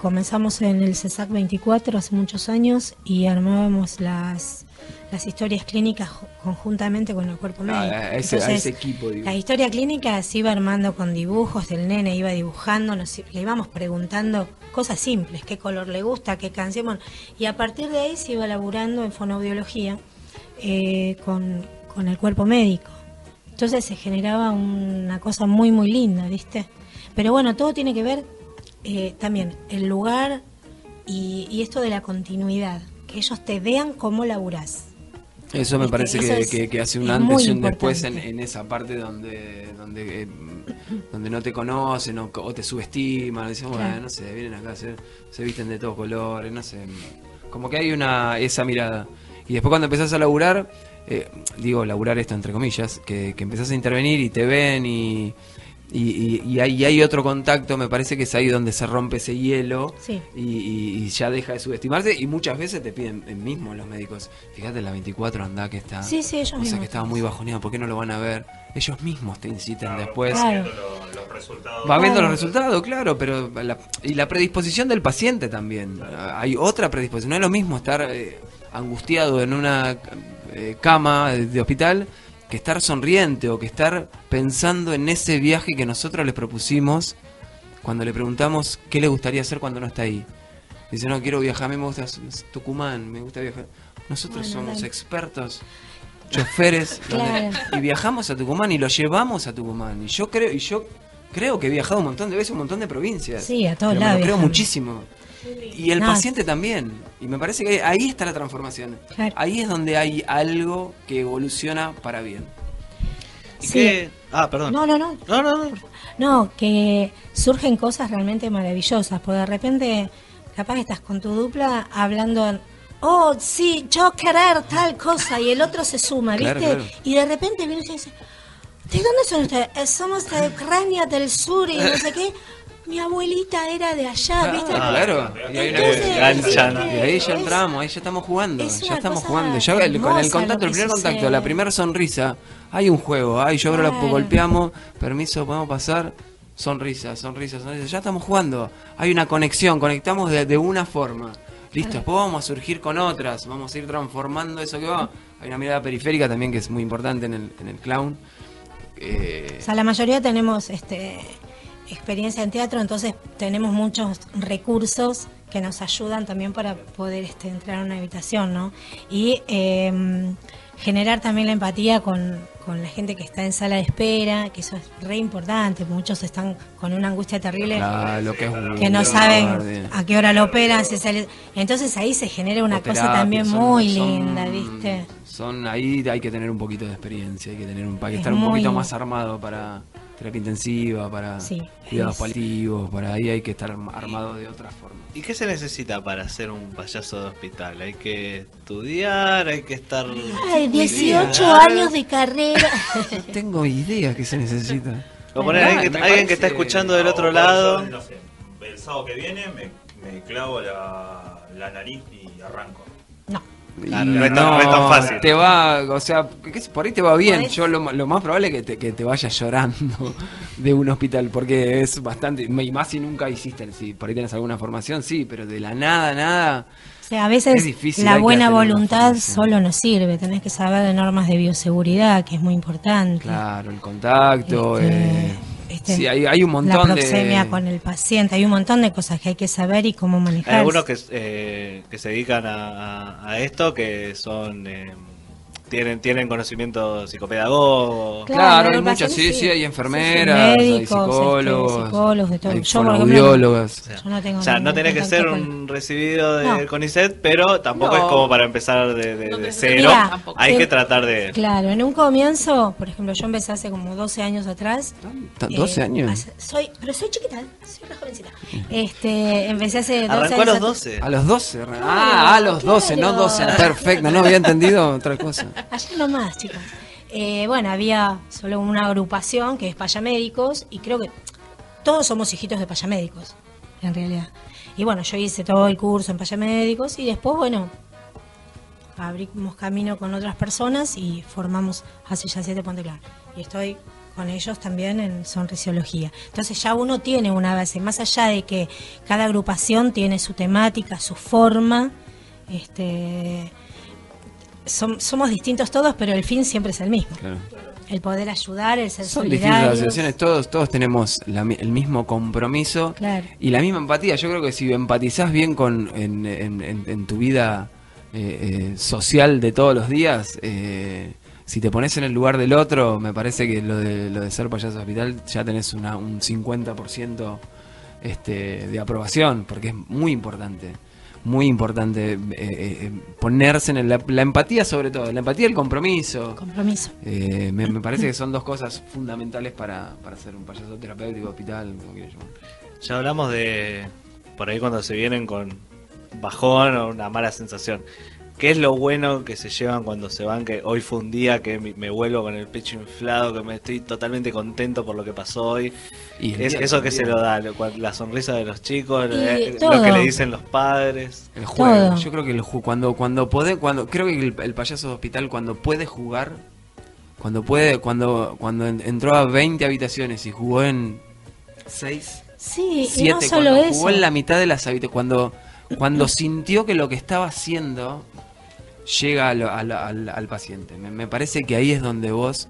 [SPEAKER 4] comenzamos en el CESAC 24 hace muchos años y armábamos las, las historias clínicas ju- conjuntamente con el cuerpo
[SPEAKER 3] Ah,
[SPEAKER 4] médico.
[SPEAKER 3] a ese- a
[SPEAKER 4] Entonces,
[SPEAKER 3] ese equipo, digo.
[SPEAKER 4] La historia clínica se iba armando con dibujos, el nene iba dibujando, nos, i- le íbamos preguntando cosas simples, qué color le gusta, qué canción. bueno, y a partir de ahí se iba laburando en fonoaudiología eh, con, con el cuerpo médico. Entonces se generaba una cosa muy, muy linda, ¿viste? Pero bueno, todo tiene que ver eh, también el lugar y, y esto de la continuidad, que ellos te vean cómo laburás.
[SPEAKER 3] Eso me
[SPEAKER 4] Este,
[SPEAKER 3] parece
[SPEAKER 4] eso
[SPEAKER 3] que,
[SPEAKER 4] es-
[SPEAKER 3] que- que hace un
[SPEAKER 4] es
[SPEAKER 3] antes
[SPEAKER 4] muy
[SPEAKER 3] y un después en,
[SPEAKER 4] importante.
[SPEAKER 3] en esa parte donde donde eh, donde no te conocen o, o te subestiman. Dicen,
[SPEAKER 4] Claro.
[SPEAKER 3] bueno, no sé, vienen acá, se, se visten de todos colores, no sé. Como que hay una esa mirada. Y después cuando empezás a laburar, eh, digo, laburar esto entre comillas, que, que empezás a intervenir y te ven y... Y, y- y hay, y hay otro contacto, me parece que es ahí donde se rompe ese hielo
[SPEAKER 4] Sí.
[SPEAKER 3] y, y- y ya deja de subestimarse y muchas veces te piden eh, mismo los médicos, fíjate la 24 anda que está,
[SPEAKER 4] Sí, sí, ellos
[SPEAKER 3] Ah, o sea
[SPEAKER 4] mismos.
[SPEAKER 3] que estaba muy bajoneado, ¿por qué no lo van a ver? Ellos mismos te incitan después.
[SPEAKER 4] Claro.
[SPEAKER 3] Va viendo los resultados, claro, pero la- y la predisposición del paciente también. Hay otra predisposición. No es lo mismo estar eh, angustiado en una eh, cama de, de hospital que estar sonriente o que estar pensando en ese viaje que nosotros les propusimos cuando le preguntamos qué le gustaría hacer cuando no está ahí. Dice, no, quiero viajar, a mí me gusta Tucumán, me gusta viajar. Nosotros
[SPEAKER 4] Bueno,
[SPEAKER 3] somos
[SPEAKER 4] dale.
[SPEAKER 3] expertos choferes
[SPEAKER 4] Claro.
[SPEAKER 3] donde- y viajamos a Tucumán y lo llevamos a Tucumán y yo creo y yo creo que he viajado un montón de veces a un montón de provincias
[SPEAKER 4] Sí, a todos
[SPEAKER 3] Pero me
[SPEAKER 4] lados
[SPEAKER 3] lo creo
[SPEAKER 4] viajamos.
[SPEAKER 3] muchísimo y el
[SPEAKER 4] No.
[SPEAKER 3] paciente también y me parece que ahí está la transformación
[SPEAKER 4] Claro.
[SPEAKER 3] ahí es donde hay algo que evoluciona para bien
[SPEAKER 1] ¿Y
[SPEAKER 4] sí.
[SPEAKER 1] qué? Ah, perdón.
[SPEAKER 4] No, no, no,
[SPEAKER 1] No, no, no.
[SPEAKER 4] No, que surgen cosas realmente maravillosas, porque de repente capaz estás con tu dupla hablando, en, oh, sí, yo querer tal cosa, y el otro se suma, ¿viste?
[SPEAKER 3] Claro, claro.
[SPEAKER 4] Y de repente viene y te dice, ¿de dónde son ustedes? "Eh, Somos de Ucrania del Sur y no sé qué. Mi abuelita era de allá, ¿viste?
[SPEAKER 3] Ah, claro y hay una
[SPEAKER 1] Entonces, enganchan.
[SPEAKER 3] y ahí ya
[SPEAKER 4] es-
[SPEAKER 3] entramos ahí ya estamos jugando
[SPEAKER 4] es
[SPEAKER 3] ya
[SPEAKER 4] una
[SPEAKER 3] estamos
[SPEAKER 4] cosa
[SPEAKER 3] jugando ya el- con
[SPEAKER 4] hermosa
[SPEAKER 3] el
[SPEAKER 4] lo
[SPEAKER 3] contacto
[SPEAKER 4] que
[SPEAKER 3] el primer
[SPEAKER 4] sucede.
[SPEAKER 3] contacto la primera sonrisa hay un juego ay yo ahora la
[SPEAKER 4] Claro.
[SPEAKER 3] golpeamos permiso podemos pasar sonrisa sonrisa sonrisa ya estamos jugando hay una conexión conectamos de, de una forma listo después vamos a surgir con otras vamos a ir transformando eso que va hay una mirada periférica también que es muy importante en el, en el clown Eh,
[SPEAKER 4] O sea, la mayoría tenemos este, experiencia en teatro, entonces tenemos muchos recursos que nos ayudan también para poder este, entrar a una habitación, ¿no? Y eh, generar también la empatía con, con la gente que está en sala de espera, que eso es re importante, muchos están con una angustia terrible
[SPEAKER 3] claro, lo que, es
[SPEAKER 4] que no
[SPEAKER 3] un-
[SPEAKER 4] saben a qué hora lo operan, si sale... Entonces ahí se genera una
[SPEAKER 3] o
[SPEAKER 4] cosa
[SPEAKER 3] terapia,
[SPEAKER 4] también
[SPEAKER 3] son-
[SPEAKER 4] muy
[SPEAKER 3] son-
[SPEAKER 4] linda, ¿viste?
[SPEAKER 3] Son ahí hay que tener un poquito de experiencia, hay que tener un hay que
[SPEAKER 4] Es
[SPEAKER 3] estar un poquito
[SPEAKER 4] muy-
[SPEAKER 3] más armado para terapia intensiva, para
[SPEAKER 4] Sí,
[SPEAKER 3] cuidados
[SPEAKER 4] es-
[SPEAKER 3] paliativos, para ahí hay que estar arm- armado de otra forma.
[SPEAKER 1] ¿Y qué se necesita para ser un payaso de hospital? ¿Hay que estudiar? ¿Hay que estar...?
[SPEAKER 4] Ay, 18
[SPEAKER 1] Ah.
[SPEAKER 4] años
[SPEAKER 3] [LAUGHS]
[SPEAKER 4] de carrera.
[SPEAKER 3] No tengo idea que se necesita.
[SPEAKER 1] O poner a alguien, que,
[SPEAKER 3] Me
[SPEAKER 1] alguien que
[SPEAKER 3] parece-
[SPEAKER 1] está escuchando del
[SPEAKER 5] No,
[SPEAKER 1] otro
[SPEAKER 5] por
[SPEAKER 1] lado.
[SPEAKER 5] eso, no sé, el sábado que viene me, me clavo la, la nariz y arranco.
[SPEAKER 4] No.
[SPEAKER 1] Claro, no es tan- no es tan fácil.
[SPEAKER 3] Te va, o sea, que por ahí te va bien.
[SPEAKER 4] Por ahí-
[SPEAKER 3] Yo lo, lo más probable es que te, que te vayas llorando [LAUGHS] de un hospital, porque es bastante, y más si nunca hiciste, si por ahí tenés alguna formación, sí, pero de la nada, nada.
[SPEAKER 4] O sea, a veces
[SPEAKER 3] Es difícil, hay
[SPEAKER 4] la
[SPEAKER 3] que
[SPEAKER 4] buena
[SPEAKER 3] hacer una
[SPEAKER 4] voluntad
[SPEAKER 3] formación.
[SPEAKER 4] solo no sirve. Tenés que saber de normas de bioseguridad, que es muy importante.
[SPEAKER 3] Claro, el contacto.
[SPEAKER 4] Este,
[SPEAKER 3] eh,
[SPEAKER 4] este,
[SPEAKER 3] sí, hay, hay un
[SPEAKER 4] La
[SPEAKER 3] montón
[SPEAKER 4] proxemia
[SPEAKER 3] de.
[SPEAKER 4] con el paciente. Hay un montón de cosas que hay que saber y cómo manejar.
[SPEAKER 1] Hay algunos que, eh, que se dedican a, a- a esto, que son... eh, tienen, tienen conocimiento psicopedagogo.
[SPEAKER 4] Claro,
[SPEAKER 3] Claro, hay
[SPEAKER 4] el
[SPEAKER 3] muchas, sí,
[SPEAKER 4] paciente sí.
[SPEAKER 3] sí, hay
[SPEAKER 4] Sí, sí,
[SPEAKER 3] enfermeras, hay
[SPEAKER 4] médicos,
[SPEAKER 3] psicólogos,
[SPEAKER 4] este, psicólogos, de todo.
[SPEAKER 3] hay
[SPEAKER 4] Yo, por ejemplo,
[SPEAKER 1] O
[SPEAKER 3] fonoaudiólogas.
[SPEAKER 1] sea,
[SPEAKER 4] Yo no tengo
[SPEAKER 1] o sea,
[SPEAKER 4] ningún
[SPEAKER 1] no tenés que
[SPEAKER 4] contacto
[SPEAKER 1] ser
[SPEAKER 4] con-
[SPEAKER 1] un recibido de
[SPEAKER 4] No.
[SPEAKER 1] CONICET, pero tampoco
[SPEAKER 3] No.
[SPEAKER 1] es como para empezar de, de-
[SPEAKER 2] No
[SPEAKER 1] de
[SPEAKER 2] tenés que-
[SPEAKER 1] cero.
[SPEAKER 4] Mirá,
[SPEAKER 2] Tampoco.
[SPEAKER 1] Hay
[SPEAKER 4] te-
[SPEAKER 1] que tratar de...
[SPEAKER 4] Eh, Claro, en un comienzo, por ejemplo, yo empecé hace como 12 años atrás.
[SPEAKER 3] Tan- 12
[SPEAKER 4] Eh,
[SPEAKER 3] Ah, años.
[SPEAKER 4] hace- soy, pero soy chiquita, soy una jovencita. Este, empecé hace 12
[SPEAKER 1] Arrancó a
[SPEAKER 4] años
[SPEAKER 1] los
[SPEAKER 4] at-
[SPEAKER 1] 12.
[SPEAKER 3] A los 12, re- ah, a los 12, no
[SPEAKER 4] claro.
[SPEAKER 3] 12, perfecto, no había entendido otra cosa.
[SPEAKER 4] Ayer nomás, chicos. Eh, bueno, había solo una agrupación que es payamédicos y creo que todos somos hijitos de payamédicos, en realidad. Y bueno, yo hice todo el curso en payamédicos y después, bueno, abrimos camino con otras personas y formamos hace ya siete Ponte Claro. Y estoy con ellos también en sonrisiología. Entonces ya uno tiene una base, más allá de que cada agrupación tiene su temática, su forma, este, som- somos distintos todos, pero el fin siempre es el mismo. El poder ayudar, el ser
[SPEAKER 3] Son distintas las
[SPEAKER 4] solidarios.
[SPEAKER 3] asociaciones, todos, todos tenemos la mi- el mismo compromiso
[SPEAKER 4] Claro.
[SPEAKER 3] y la misma empatía. Yo creo que si empatizás bien con en, en- en- en tu vida eh, eh, social de todos los días, eh, si te pones en el lugar del otro, me parece que lo de, lo de ser payaso de hospital ya tenés una, un 50% este, de aprobación, porque es muy importante. Muy importante eh, eh, eh, ponerse en el- la, la empatía sobre todo, la empatía y el compromiso.
[SPEAKER 4] Compromiso.
[SPEAKER 3] Eh, me, me parece que son dos cosas fundamentales para, para ser un payaso terapéutico, hospital, como quieras llamar.
[SPEAKER 1] Ya hablamos de por ahí cuando se vienen con bajón o una mala sensación. ¿Qué es lo bueno que se llevan cuando se van? Que hoy fue un día que mi- me vuelvo con el pecho inflado, que me estoy totalmente contento por lo que pasó hoy.
[SPEAKER 3] Y el
[SPEAKER 1] Es,
[SPEAKER 3] día
[SPEAKER 1] eso que se
[SPEAKER 3] también.
[SPEAKER 1] lo da, lo cual- la sonrisa de los chicos,
[SPEAKER 4] Y
[SPEAKER 1] eh, lo
[SPEAKER 4] todo.
[SPEAKER 1] que le dicen los padres.
[SPEAKER 3] El juego.
[SPEAKER 4] Todo.
[SPEAKER 3] Yo creo que el ju- cuando cuando puede, cuando creo que el, el payaso de hospital cuando puede jugar, cuando puede, cuando cuando en- entró a 20 habitaciones y jugó en 6,
[SPEAKER 4] Sí,
[SPEAKER 3] 7,
[SPEAKER 4] y no solo
[SPEAKER 3] cuando
[SPEAKER 4] eso.
[SPEAKER 3] jugó en la mitad de las habitaciones, cuando
[SPEAKER 4] [CLEARS THROAT]
[SPEAKER 3] cuando sintió que lo que estaba haciendo llega a lo- a lo- al, al paciente. Me, me parece que ahí es donde vos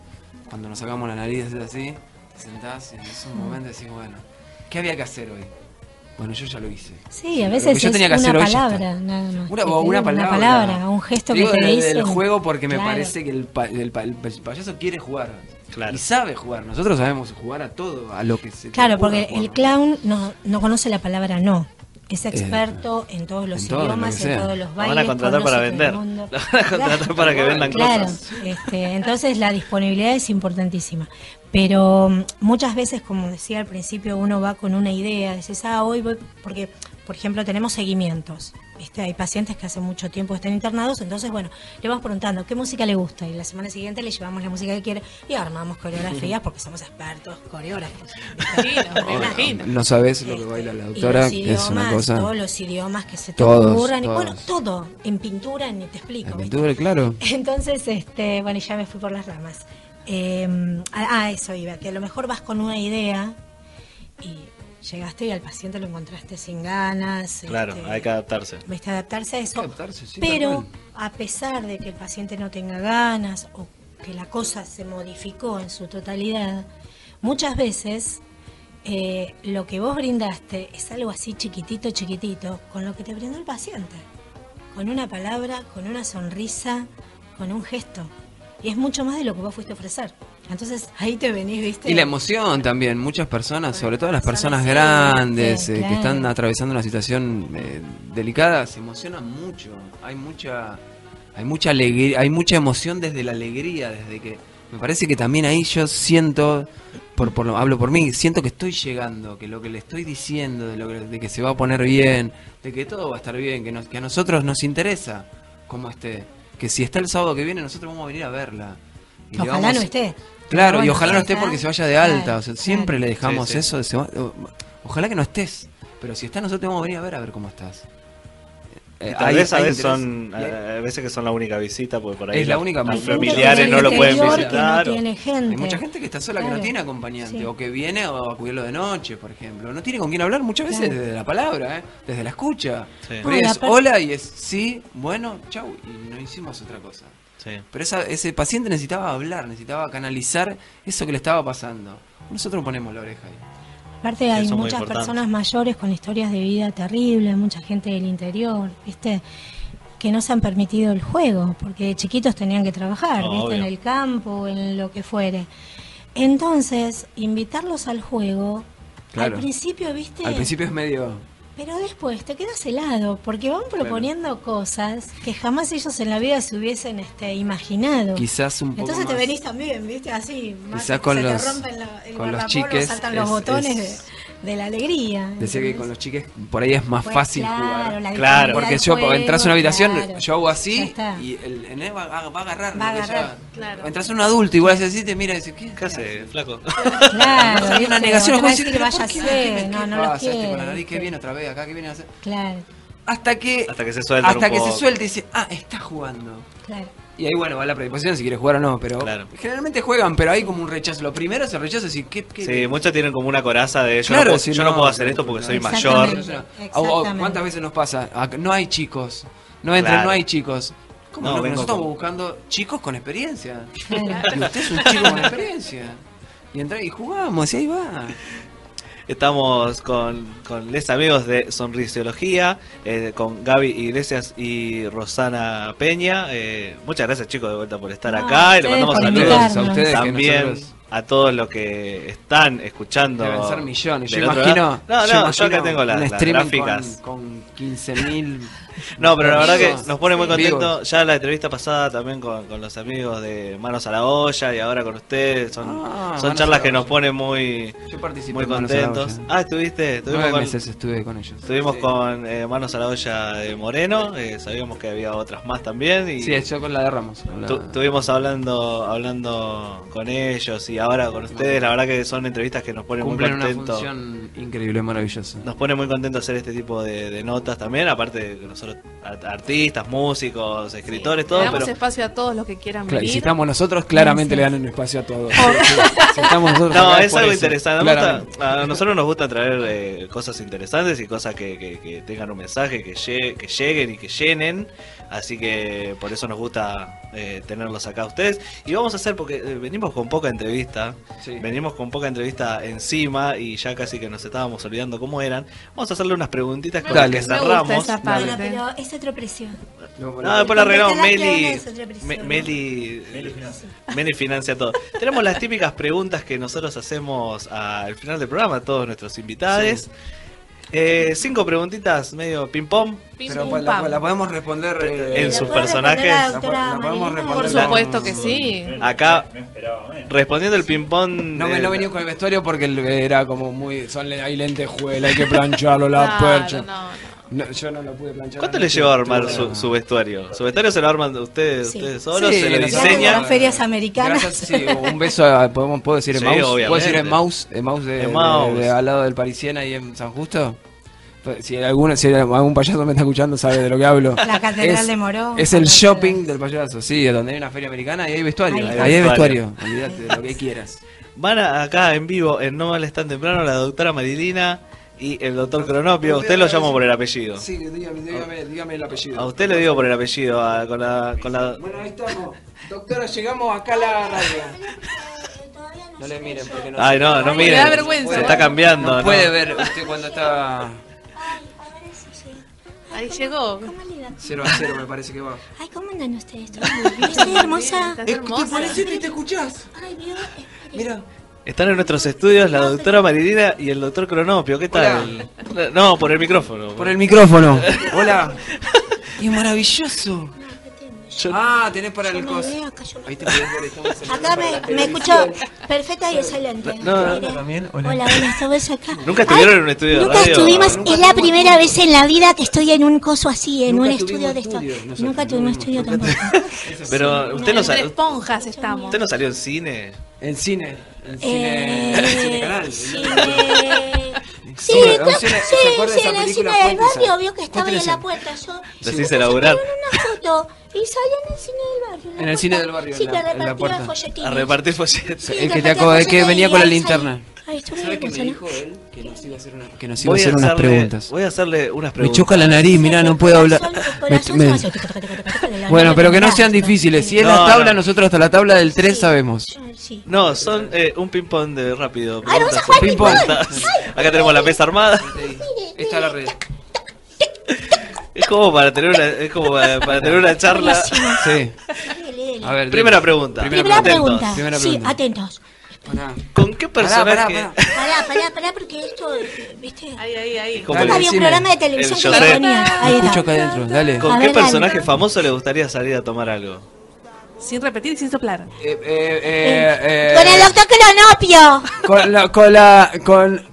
[SPEAKER 3] cuando nos sacamos la nariz es así, te sentás y en ese momento decís, bueno, ¿qué había que hacer hoy? Bueno, yo ya lo hice.
[SPEAKER 4] Sí, a
[SPEAKER 3] Lo
[SPEAKER 4] veces
[SPEAKER 3] que yo
[SPEAKER 4] es
[SPEAKER 3] tenía que
[SPEAKER 4] una
[SPEAKER 3] hacer hoy ya
[SPEAKER 4] palabra,
[SPEAKER 3] está.
[SPEAKER 4] nada más.
[SPEAKER 3] Una,
[SPEAKER 4] que te
[SPEAKER 3] o una
[SPEAKER 4] digan
[SPEAKER 3] palabra.
[SPEAKER 4] un gesto
[SPEAKER 3] Digo
[SPEAKER 4] que te
[SPEAKER 3] del-
[SPEAKER 4] dicen.
[SPEAKER 3] del juego porque me
[SPEAKER 4] Claro.
[SPEAKER 3] parece que el, pa- el pa- el pa- el payaso quiere jugar.
[SPEAKER 1] Claro.
[SPEAKER 3] Y sabe jugar. Nosotros sabemos jugar a todo, a lo que se. te
[SPEAKER 4] Claro,
[SPEAKER 3] ocurra
[SPEAKER 4] porque
[SPEAKER 3] jugar.
[SPEAKER 4] el clown no, no conoce la palabra no. Es experto en todos los
[SPEAKER 3] Eh, en todo, en lo
[SPEAKER 4] idiomas,
[SPEAKER 3] que
[SPEAKER 4] en,
[SPEAKER 3] sea.
[SPEAKER 4] todos los
[SPEAKER 1] Lo van a
[SPEAKER 4] bailes.
[SPEAKER 1] contratar
[SPEAKER 4] conoce
[SPEAKER 1] para
[SPEAKER 4] todo el
[SPEAKER 1] vender. [LAUGHS]
[SPEAKER 4] mundo.
[SPEAKER 1] Lo van a contratar para que vendan
[SPEAKER 4] Claro,
[SPEAKER 1] cosas.
[SPEAKER 4] este, entonces la disponibilidad es importantísima. Pero mm, muchas veces, como decía al principio, uno va con una idea, dices, ah, hoy voy, porque, por ejemplo, tenemos seguimientos. ¿viste? Hay pacientes que hace mucho tiempo están internados, entonces, bueno, le vamos preguntando qué música le gusta y la semana siguiente le llevamos la música que quiere y armamos coreografías porque somos expertos
[SPEAKER 1] [LAUGHS]
[SPEAKER 4] coreógrafos.
[SPEAKER 2] Sí, no, me imagino.
[SPEAKER 3] No sabes lo que
[SPEAKER 4] Este,
[SPEAKER 3] baila la
[SPEAKER 4] y
[SPEAKER 3] doctora,
[SPEAKER 4] los
[SPEAKER 3] que es una
[SPEAKER 4] idiomas,
[SPEAKER 3] cosa.
[SPEAKER 4] Todos los idiomas que se te
[SPEAKER 3] Todos,
[SPEAKER 4] ocurran, y
[SPEAKER 3] todos.
[SPEAKER 4] bueno, todo, en pintura ni te explico.
[SPEAKER 3] La
[SPEAKER 4] ¿viste?
[SPEAKER 3] pintura, claro.
[SPEAKER 4] Entonces, este, bueno, y ya me fui por las ramas. Eh, ah, ah, eso iba, que a lo mejor vas con una idea y llegaste y al paciente lo encontraste sin ganas.
[SPEAKER 1] Claro,
[SPEAKER 4] este,
[SPEAKER 1] hay que adaptarse.
[SPEAKER 4] Viste, adaptarse a eso.
[SPEAKER 3] Hay que adaptarse, sí,
[SPEAKER 4] pero
[SPEAKER 3] tal cual.
[SPEAKER 4] a pesar de que el paciente no tenga ganas o que la cosa se modificó en su totalidad, muchas veces eh, lo que vos brindaste es algo así chiquitito, chiquitito, con lo que te brindó el paciente. Con una palabra, con una sonrisa, con un gesto. Y es mucho más de lo que vos fuiste a ofrecer. Entonces ahí te venís, viste.
[SPEAKER 3] Y la emoción también, muchas personas, sobre todo las personas
[SPEAKER 4] Personas sí,
[SPEAKER 3] grandes
[SPEAKER 4] sí,
[SPEAKER 3] eh, que
[SPEAKER 4] claro.
[SPEAKER 3] están atravesando una situación eh, delicada, se emocionan mucho. Hay mucha hay mucha alegría, hay mucha emoción desde la alegría, desde que Me parece que también ahí yo siento, por, por lo, hablo por mí, siento que estoy llegando, que lo que le estoy diciendo, de, lo que, de que se va a poner bien, de que todo va a estar bien, que, nos- que a nosotros nos interesa cómo esté. Que si está el sábado que viene, nosotros vamos a venir a verla. Y le
[SPEAKER 4] Ojalá
[SPEAKER 3] vamos-
[SPEAKER 4] no esté.
[SPEAKER 3] Claro,
[SPEAKER 4] Pero
[SPEAKER 3] y
[SPEAKER 4] bueno,
[SPEAKER 3] ojalá no
[SPEAKER 4] ya
[SPEAKER 3] esté
[SPEAKER 4] está.
[SPEAKER 3] porque se vaya de alta.
[SPEAKER 4] Claro,
[SPEAKER 3] o sea, siempre
[SPEAKER 4] claro.
[SPEAKER 3] le dejamos
[SPEAKER 1] Sí, sí.
[SPEAKER 3] eso. de se va- o- ojalá que no estés. Pero si está, nosotros te vamos a venir a ver a ver cómo estás. Eh,
[SPEAKER 1] Y tal
[SPEAKER 3] hay-
[SPEAKER 1] vez a
[SPEAKER 3] hay
[SPEAKER 1] veces
[SPEAKER 3] interés.
[SPEAKER 1] son, eh,
[SPEAKER 3] Y hay-
[SPEAKER 1] a a veces que son la única visita, porque por ahí
[SPEAKER 3] Es la
[SPEAKER 1] los-
[SPEAKER 3] única
[SPEAKER 1] los
[SPEAKER 4] Hay gente
[SPEAKER 1] familiares
[SPEAKER 4] que
[SPEAKER 1] no lo
[SPEAKER 4] tiene
[SPEAKER 1] pueden
[SPEAKER 4] interior,
[SPEAKER 1] visitar.
[SPEAKER 4] Que no tiene gente.
[SPEAKER 3] Hay mucha gente que está sola, que no
[SPEAKER 4] Claro.
[SPEAKER 3] tiene acompañante,
[SPEAKER 4] Sí.
[SPEAKER 3] o que viene o a cuidarlo de noche, por ejemplo. No tiene con quién hablar muchas veces
[SPEAKER 4] Claro.
[SPEAKER 3] desde la palabra, ¿eh? desde la escucha.
[SPEAKER 1] Sí.
[SPEAKER 3] Por ahí
[SPEAKER 4] No, y
[SPEAKER 3] es
[SPEAKER 4] aparte-
[SPEAKER 3] hola y es sí, bueno, chau, y no hicimos otra cosa.
[SPEAKER 1] Sí.
[SPEAKER 3] Pero esa- ese paciente necesitaba hablar, necesitaba canalizar eso que le estaba pasando. Nosotros ponemos la oreja ahí.
[SPEAKER 4] Aparte
[SPEAKER 1] Eso
[SPEAKER 4] hay
[SPEAKER 1] es muy
[SPEAKER 4] muchas
[SPEAKER 1] importante.
[SPEAKER 4] personas mayores con historias de vida terribles, mucha gente del interior, ¿viste? Que no se han permitido el juego, porque de chiquitos tenían que trabajar,
[SPEAKER 1] No,
[SPEAKER 4] ¿viste? En
[SPEAKER 1] obvio.
[SPEAKER 4] el campo, en lo que fuere. Entonces, invitarlos al juego,
[SPEAKER 3] Claro.
[SPEAKER 4] al principio, ¿viste?
[SPEAKER 3] Al principio es medio.
[SPEAKER 4] Pero después te quedas helado, porque van proponiendo cosas que jamás ellos en la vida se hubiesen este, imaginado.
[SPEAKER 3] Quizás un poco
[SPEAKER 4] Entonces te
[SPEAKER 3] más-
[SPEAKER 4] venís también, ¿viste? Así, más
[SPEAKER 3] Quizás con
[SPEAKER 4] se
[SPEAKER 3] los-
[SPEAKER 4] te rompen la- el
[SPEAKER 3] con los
[SPEAKER 4] guardapolvo,
[SPEAKER 3] chiques
[SPEAKER 4] saltan los
[SPEAKER 3] es-
[SPEAKER 4] botones
[SPEAKER 3] es-
[SPEAKER 4] de, de la alegría.
[SPEAKER 3] Decía que
[SPEAKER 4] ¿entendés?
[SPEAKER 3] con los chiques por ahí es más
[SPEAKER 4] Pues,
[SPEAKER 3] fácil
[SPEAKER 4] claro,
[SPEAKER 3] jugar.
[SPEAKER 4] la
[SPEAKER 1] Claro,
[SPEAKER 4] disponibilidad
[SPEAKER 3] Porque
[SPEAKER 4] del
[SPEAKER 3] yo
[SPEAKER 4] juego,
[SPEAKER 3] entras a una habitación,
[SPEAKER 4] claro.
[SPEAKER 3] yo hago
[SPEAKER 4] Ya
[SPEAKER 3] así
[SPEAKER 4] está.
[SPEAKER 3] y el nene va, va- va a agarrar.
[SPEAKER 4] Va a
[SPEAKER 3] lo que
[SPEAKER 4] agarrar,
[SPEAKER 3] ya-
[SPEAKER 2] claro.
[SPEAKER 3] Entras a un adulto igual hace así, te mira y dice, ¿qué?
[SPEAKER 1] ¿Qué hace, flaco?
[SPEAKER 4] Claro,
[SPEAKER 3] [LAUGHS] Hay
[SPEAKER 4] ¿viste?
[SPEAKER 3] una negación,
[SPEAKER 4] Te
[SPEAKER 3] el
[SPEAKER 4] va a
[SPEAKER 3] juez
[SPEAKER 4] decir,
[SPEAKER 3] dice,
[SPEAKER 4] vaya
[SPEAKER 3] "¿Pero
[SPEAKER 4] a
[SPEAKER 3] por
[SPEAKER 4] ser,
[SPEAKER 3] ¿Qué
[SPEAKER 4] no, no
[SPEAKER 3] pasa
[SPEAKER 4] los
[SPEAKER 3] este con la
[SPEAKER 4] quiero.
[SPEAKER 3] nariz? ¿Qué viene otra vez acá? ¿Qué viene a hacer?
[SPEAKER 4] Claro,
[SPEAKER 3] Hasta que.
[SPEAKER 1] Hasta que se suelta
[SPEAKER 3] hasta
[SPEAKER 1] un
[SPEAKER 3] que se
[SPEAKER 1] poco.
[SPEAKER 3] suelte y dice, ah, está jugando.
[SPEAKER 4] claro.
[SPEAKER 3] Y ahí, bueno, va la predisposición si quieres jugar o no, pero
[SPEAKER 1] Claro.
[SPEAKER 3] generalmente juegan, pero hay como un rechazo. Lo primero es el rechazo, es decir, ¿qué? qué
[SPEAKER 1] Sí, muchos tienen como una coraza de yo,
[SPEAKER 3] Claro,
[SPEAKER 1] no, puedo,
[SPEAKER 3] si
[SPEAKER 1] yo no
[SPEAKER 3] no,
[SPEAKER 1] puedo hacer
[SPEAKER 3] no,
[SPEAKER 1] esto porque
[SPEAKER 3] no.
[SPEAKER 1] soy mayor.
[SPEAKER 4] Exactamente.
[SPEAKER 3] Yo no-
[SPEAKER 4] Exactamente.
[SPEAKER 3] O- o ¿Cuántas veces nos pasa? Ah, No hay chicos. No entran,
[SPEAKER 1] Claro.
[SPEAKER 3] no hay chicos. ¿Cómo
[SPEAKER 1] No,
[SPEAKER 3] no?
[SPEAKER 1] vengo
[SPEAKER 3] Nosotros estamos
[SPEAKER 1] con-
[SPEAKER 3] buscando chicos con experiencia.
[SPEAKER 4] claro.
[SPEAKER 3] Y usted es un chico con experiencia. Y entra y jugamos, y ahí va.
[SPEAKER 1] Estamos con, con les amigos de Sonrisiología, eh, con Gaby Iglesias y Rosana Peña. Eh, muchas gracias chicos de vuelta por estar
[SPEAKER 4] No,
[SPEAKER 1] acá y
[SPEAKER 4] ustedes
[SPEAKER 1] le mandamos
[SPEAKER 4] por
[SPEAKER 1] saludos
[SPEAKER 4] invitarnos. a ustedes, que
[SPEAKER 1] también
[SPEAKER 3] nosotros-
[SPEAKER 1] a todos los que están escuchando.
[SPEAKER 3] Deben ser millones. Yo
[SPEAKER 1] del otro
[SPEAKER 3] imagino.
[SPEAKER 1] lado. No, no,
[SPEAKER 3] yo
[SPEAKER 1] yo,
[SPEAKER 3] imagino
[SPEAKER 1] acá tengo las,
[SPEAKER 3] un
[SPEAKER 1] las
[SPEAKER 3] streaming
[SPEAKER 1] gráficas.
[SPEAKER 3] Con, con 15.000.
[SPEAKER 1] [LAUGHS] No, pero la verdad que
[SPEAKER 3] Vivos.
[SPEAKER 1] nos pone muy
[SPEAKER 3] Vivos.
[SPEAKER 1] contentos. Ya la entrevista pasada también con, con los amigos de Manos a la Olla y ahora con ustedes. Son,
[SPEAKER 3] Ah, Manos
[SPEAKER 1] son
[SPEAKER 3] a la
[SPEAKER 1] charlas que nos
[SPEAKER 3] Olla.
[SPEAKER 1] ponen muy,
[SPEAKER 3] Yo participé
[SPEAKER 1] muy
[SPEAKER 3] en Manos
[SPEAKER 1] contentos.
[SPEAKER 3] a la Olla.
[SPEAKER 1] Ah, estuviste. Estuvimos
[SPEAKER 3] Nueve
[SPEAKER 1] con,
[SPEAKER 3] meses estuve con ellos.
[SPEAKER 1] estuvimos
[SPEAKER 3] Sí.
[SPEAKER 1] con eh, Manos a la Olla de Moreno. eh, sabíamos que había otras más también. Y
[SPEAKER 3] Sí, yo con la de Ramos. con la-
[SPEAKER 1] tu- estuvimos hablando, hablando con ellos y ahora con ustedes. La verdad que son entrevistas que nos ponen
[SPEAKER 3] Cumplen
[SPEAKER 1] muy
[SPEAKER 3] una
[SPEAKER 1] contentos.
[SPEAKER 3] función increíble, maravillosa.
[SPEAKER 1] Nos pone muy contentos hacer este tipo de, de notas también, aparte de que nosotros art- artistas, músicos, escritores,
[SPEAKER 2] Sí,
[SPEAKER 1] todo,
[SPEAKER 2] Le damos
[SPEAKER 1] pero
[SPEAKER 2] espacio a todos los que quieran
[SPEAKER 3] Claro, y
[SPEAKER 2] venir.
[SPEAKER 3] si estamos nosotros, claramente le dan un espacio a
[SPEAKER 2] [LAUGHS]
[SPEAKER 3] todos.
[SPEAKER 2] Oh.
[SPEAKER 3] Si estamos nosotros
[SPEAKER 1] No,
[SPEAKER 3] acá
[SPEAKER 1] es
[SPEAKER 3] por
[SPEAKER 1] algo
[SPEAKER 3] eso,
[SPEAKER 1] interesante. Nos gusta-
[SPEAKER 3] claramente.
[SPEAKER 1] a nosotros nos gusta traer eh, cosas interesantes y cosas que, que- que tengan un mensaje, que, lle- que lleguen y que llenen. Así que por eso nos gusta eh, tenerlos acá a ustedes. Y vamos a hacer, porque eh, venimos con poca entrevista,
[SPEAKER 3] Sí.
[SPEAKER 1] venimos con poca entrevista encima y ya casi que nos estábamos olvidando cómo eran. Vamos a hacerle unas preguntitas con las
[SPEAKER 3] Dale.
[SPEAKER 1] que
[SPEAKER 2] Me gusta
[SPEAKER 1] cerramos.
[SPEAKER 2] esa parte.
[SPEAKER 4] Bueno, pero es otro precio.
[SPEAKER 3] No, bueno.
[SPEAKER 1] No, después lo arreglamos.
[SPEAKER 4] Porque te la
[SPEAKER 1] Meli,
[SPEAKER 4] clavas otra prisión,
[SPEAKER 1] Me-
[SPEAKER 4] ¿no?
[SPEAKER 1] Meli,
[SPEAKER 5] Meli financia.
[SPEAKER 1] Meli financia todo. Tenemos las típicas preguntas que nosotros hacemos al final del programa a todos nuestros invitados.
[SPEAKER 3] Sí.
[SPEAKER 1] Eh, cinco preguntitas, medio ping-pong.
[SPEAKER 2] Pim,
[SPEAKER 3] Pero
[SPEAKER 2] pum,
[SPEAKER 3] pa- la,
[SPEAKER 2] pam.
[SPEAKER 3] la podemos responder eh,
[SPEAKER 1] En
[SPEAKER 4] ¿La
[SPEAKER 1] sus
[SPEAKER 4] puedo responder a la
[SPEAKER 1] personajes.
[SPEAKER 4] doctora
[SPEAKER 3] La po- la podemos
[SPEAKER 4] Marilina?
[SPEAKER 2] Por
[SPEAKER 3] responder
[SPEAKER 4] Por
[SPEAKER 2] supuesto que sí.
[SPEAKER 1] Acá-
[SPEAKER 5] No esperaba menos.
[SPEAKER 1] Respondiendo el ping-pong.
[SPEAKER 3] No, me,
[SPEAKER 1] del-
[SPEAKER 3] no venía con el vestuario porque el- era como muy. Son, le- hay lentejuela, hay
[SPEAKER 2] [LAUGHS]
[SPEAKER 3] que plancharlo, la
[SPEAKER 2] Claro,
[SPEAKER 3] percha.
[SPEAKER 2] no, no.
[SPEAKER 3] No, yo no lo pude planchar.
[SPEAKER 1] eh, ¿Cuánto
[SPEAKER 3] no
[SPEAKER 1] le
[SPEAKER 3] sé,
[SPEAKER 1] llevó a armar
[SPEAKER 3] estuvo-
[SPEAKER 1] su, su vestuario? ¿Su vestuario se lo arman ustedes,
[SPEAKER 4] Sí.
[SPEAKER 1] ustedes solos?
[SPEAKER 3] Sí,
[SPEAKER 1] ¿Se lo
[SPEAKER 3] nosotros-
[SPEAKER 1] diseñan?
[SPEAKER 4] Las ferias americanas.
[SPEAKER 3] Gracias, sí, un beso a, ¿podemos, ¿Puedo decir
[SPEAKER 1] Sí,
[SPEAKER 3] Emaús? ¿Puedo
[SPEAKER 1] obviamente.
[SPEAKER 3] decir Emaús? Emaús de,
[SPEAKER 1] Emaús.
[SPEAKER 3] de- de- al lado del Parisiena ahí en San Justo. Pues, Si, alguno, si algún payaso me está escuchando sabe de lo que hablo.
[SPEAKER 4] La Catedral de Morón.
[SPEAKER 3] Es el
[SPEAKER 4] La
[SPEAKER 3] shopping del
[SPEAKER 4] Catedral.
[SPEAKER 3] payaso, sí, donde hay una feria americana y hay vestuario.
[SPEAKER 4] Ahí
[SPEAKER 3] Ahí,
[SPEAKER 4] está.
[SPEAKER 3] hay vestuario, olvídate de lo
[SPEAKER 1] [LAUGHS]
[SPEAKER 3] que quieras.
[SPEAKER 1] Van a- acá en vivo, en No Vales Tan Temprano, la doctora Marilina y el doctor Cronopio. Usted lo llamo por el apellido.
[SPEAKER 3] Sí, dígame, dígame, dígame el apellido.
[SPEAKER 1] A usted le digo por el apellido, a- con la... Con la...
[SPEAKER 3] Bueno, ahí estamos. Doctora, llegamos acá a la radio. No le miren porque no.
[SPEAKER 1] Ay, no, no
[SPEAKER 2] Ay, me
[SPEAKER 1] mire.
[SPEAKER 2] da vergüenza.
[SPEAKER 1] Se está cambiando.
[SPEAKER 3] No
[SPEAKER 1] ¿no?
[SPEAKER 3] puede ver usted cuando está
[SPEAKER 6] Ay, a ver si llega.
[SPEAKER 2] Ahí llegó.
[SPEAKER 6] ¿Cómo le va?
[SPEAKER 3] 0 a 0, me parece que va.
[SPEAKER 6] Ay, ¿cómo andan ustedes? ¿Todo muy bien? Estoy hermosa.
[SPEAKER 2] Estás hermosa.
[SPEAKER 3] te escuchás?
[SPEAKER 6] Ay, vio. Espere.
[SPEAKER 3] Mira.
[SPEAKER 1] Están en nuestros estudios la doctora Marilina y el doctor Cronopio. ¿Qué tal? No, por el micrófono.
[SPEAKER 4] [LAUGHS]
[SPEAKER 3] Por el micrófono. Hola. Es maravilloso.
[SPEAKER 6] No, ¿qué tengo?
[SPEAKER 1] Yo-
[SPEAKER 3] Ah, tenés para el
[SPEAKER 4] Yo me
[SPEAKER 3] cos.
[SPEAKER 4] veo acá, yo me-
[SPEAKER 3] Ahí te podés ver, estamos en-
[SPEAKER 4] Acá
[SPEAKER 3] para la
[SPEAKER 4] me, me escucho
[SPEAKER 3] televisión.
[SPEAKER 4] perfecta y excelente.
[SPEAKER 1] No, no,
[SPEAKER 4] Mire.
[SPEAKER 5] Daniel, hola.
[SPEAKER 4] hola. buenas tardes acá.
[SPEAKER 1] Nunca estuvieron en un estudio de
[SPEAKER 4] Nunca
[SPEAKER 1] radio.
[SPEAKER 4] estuvimos,
[SPEAKER 3] Nunca
[SPEAKER 4] es la
[SPEAKER 3] estuvimos
[SPEAKER 4] primera vez en la vida que estoy en un coso así, en
[SPEAKER 3] Nunca
[SPEAKER 4] un
[SPEAKER 3] tuvimos
[SPEAKER 4] estudio de esto.
[SPEAKER 3] estudio, nosotros
[SPEAKER 4] Nunca
[SPEAKER 3] no
[SPEAKER 4] tuvimos
[SPEAKER 3] tuvimos.
[SPEAKER 4] estudio
[SPEAKER 3] Nunca
[SPEAKER 4] tampoco.
[SPEAKER 1] Pero usted no,
[SPEAKER 2] Entre
[SPEAKER 1] sa-
[SPEAKER 2] esponjas estamos.
[SPEAKER 1] usted no salió en cine.
[SPEAKER 3] En cine. En [LAUGHS] cine.
[SPEAKER 4] Eh,
[SPEAKER 3] cine canal. [LAUGHS]
[SPEAKER 4] cine- Sí,
[SPEAKER 3] Cine,
[SPEAKER 4] claro,
[SPEAKER 3] cine,
[SPEAKER 4] sí,
[SPEAKER 3] ¿se acuerda de
[SPEAKER 4] sí,
[SPEAKER 3] esa
[SPEAKER 4] en el cine
[SPEAKER 3] película
[SPEAKER 4] del
[SPEAKER 3] Puente
[SPEAKER 4] barrio
[SPEAKER 3] Sa-
[SPEAKER 4] vio que estaba ahí
[SPEAKER 3] Puente
[SPEAKER 4] en la
[SPEAKER 3] Sa-
[SPEAKER 4] puerta. Yo
[SPEAKER 1] Les
[SPEAKER 4] me
[SPEAKER 1] hice
[SPEAKER 4] puse a
[SPEAKER 1] laburar.
[SPEAKER 4] tomar una foto y salí en el cine del barrio.
[SPEAKER 3] En el
[SPEAKER 4] puerta.
[SPEAKER 3] cine del barrio,
[SPEAKER 4] Sí,
[SPEAKER 3] en
[SPEAKER 4] que
[SPEAKER 3] la- en la
[SPEAKER 4] repartía
[SPEAKER 3] puerta.
[SPEAKER 1] A
[SPEAKER 4] folletines.
[SPEAKER 1] repartir pues, folletos.
[SPEAKER 4] Sí,
[SPEAKER 3] El que te
[SPEAKER 4] repartía
[SPEAKER 3] acabo de- que
[SPEAKER 4] folletines
[SPEAKER 3] venía
[SPEAKER 4] y
[SPEAKER 3] con la
[SPEAKER 4] ahí
[SPEAKER 3] linterna.
[SPEAKER 4] salí. Ahí estuve
[SPEAKER 3] ¿Sabes qué me
[SPEAKER 4] emocionada.
[SPEAKER 3] dijo él? Que nos iba a hacer, una- que nos iba a
[SPEAKER 1] Voy
[SPEAKER 3] hacer unas
[SPEAKER 1] hacerle-
[SPEAKER 3] preguntas.
[SPEAKER 1] Voy a hacerle unas
[SPEAKER 3] Me
[SPEAKER 1] preguntas.
[SPEAKER 3] choca la nariz, mirá, no puedo hablar.
[SPEAKER 4] Corazón,
[SPEAKER 3] Me-
[SPEAKER 4] corazón,
[SPEAKER 3] me-
[SPEAKER 4] corazón, toca, toca, toca, toca, toca, la
[SPEAKER 3] Bueno,
[SPEAKER 4] mano
[SPEAKER 3] pero que no
[SPEAKER 4] apretada,
[SPEAKER 3] sean
[SPEAKER 4] toca.
[SPEAKER 3] difíciles. Si es
[SPEAKER 1] No,
[SPEAKER 3] la tabla,
[SPEAKER 1] no.
[SPEAKER 3] nosotros hasta la tabla del 3
[SPEAKER 4] Sí,
[SPEAKER 3] sabemos.
[SPEAKER 4] yo- sí.
[SPEAKER 1] No, son eh, un ping-pong de rápido.
[SPEAKER 4] Ay, vamos a
[SPEAKER 1] Preguntas-
[SPEAKER 4] jugar
[SPEAKER 3] ping-pong.
[SPEAKER 1] preguntas. Acá tenemos la mesa armada.
[SPEAKER 3] Está la red.
[SPEAKER 1] Es como para tener una, es como para, para tener una charla.
[SPEAKER 3] Sí.
[SPEAKER 4] Dele, dele.
[SPEAKER 3] A ver.
[SPEAKER 1] Primera
[SPEAKER 3] dale.
[SPEAKER 1] pregunta.
[SPEAKER 4] Primera
[SPEAKER 1] Atentos.
[SPEAKER 4] pregunta.
[SPEAKER 3] primera
[SPEAKER 4] Sí,
[SPEAKER 3] pregunta.
[SPEAKER 4] atentos.
[SPEAKER 3] Pará.
[SPEAKER 1] ¿Con qué
[SPEAKER 3] Pará,
[SPEAKER 1] personaje?
[SPEAKER 3] pará, pará.
[SPEAKER 4] Pará, pará, pará, porque esto, eh, viste,
[SPEAKER 2] Ahí, ahí, ahí.
[SPEAKER 1] Como
[SPEAKER 3] Dale,
[SPEAKER 4] había un
[SPEAKER 3] decime.
[SPEAKER 4] programa de Ah. televisión
[SPEAKER 1] El
[SPEAKER 4] que lo
[SPEAKER 1] José.
[SPEAKER 4] ponía. Ahí
[SPEAKER 3] Me
[SPEAKER 4] está.
[SPEAKER 3] escucho acá adentro, dale.
[SPEAKER 1] ¿Con
[SPEAKER 4] A
[SPEAKER 1] qué
[SPEAKER 4] ver, dale.
[SPEAKER 1] personaje famoso le gustaría salir a tomar algo?
[SPEAKER 2] Sin repetir y sin soplar.
[SPEAKER 3] Eh, eh, eh, eh,
[SPEAKER 4] Con el doctor Cronopio.
[SPEAKER 3] Con la, con la, con,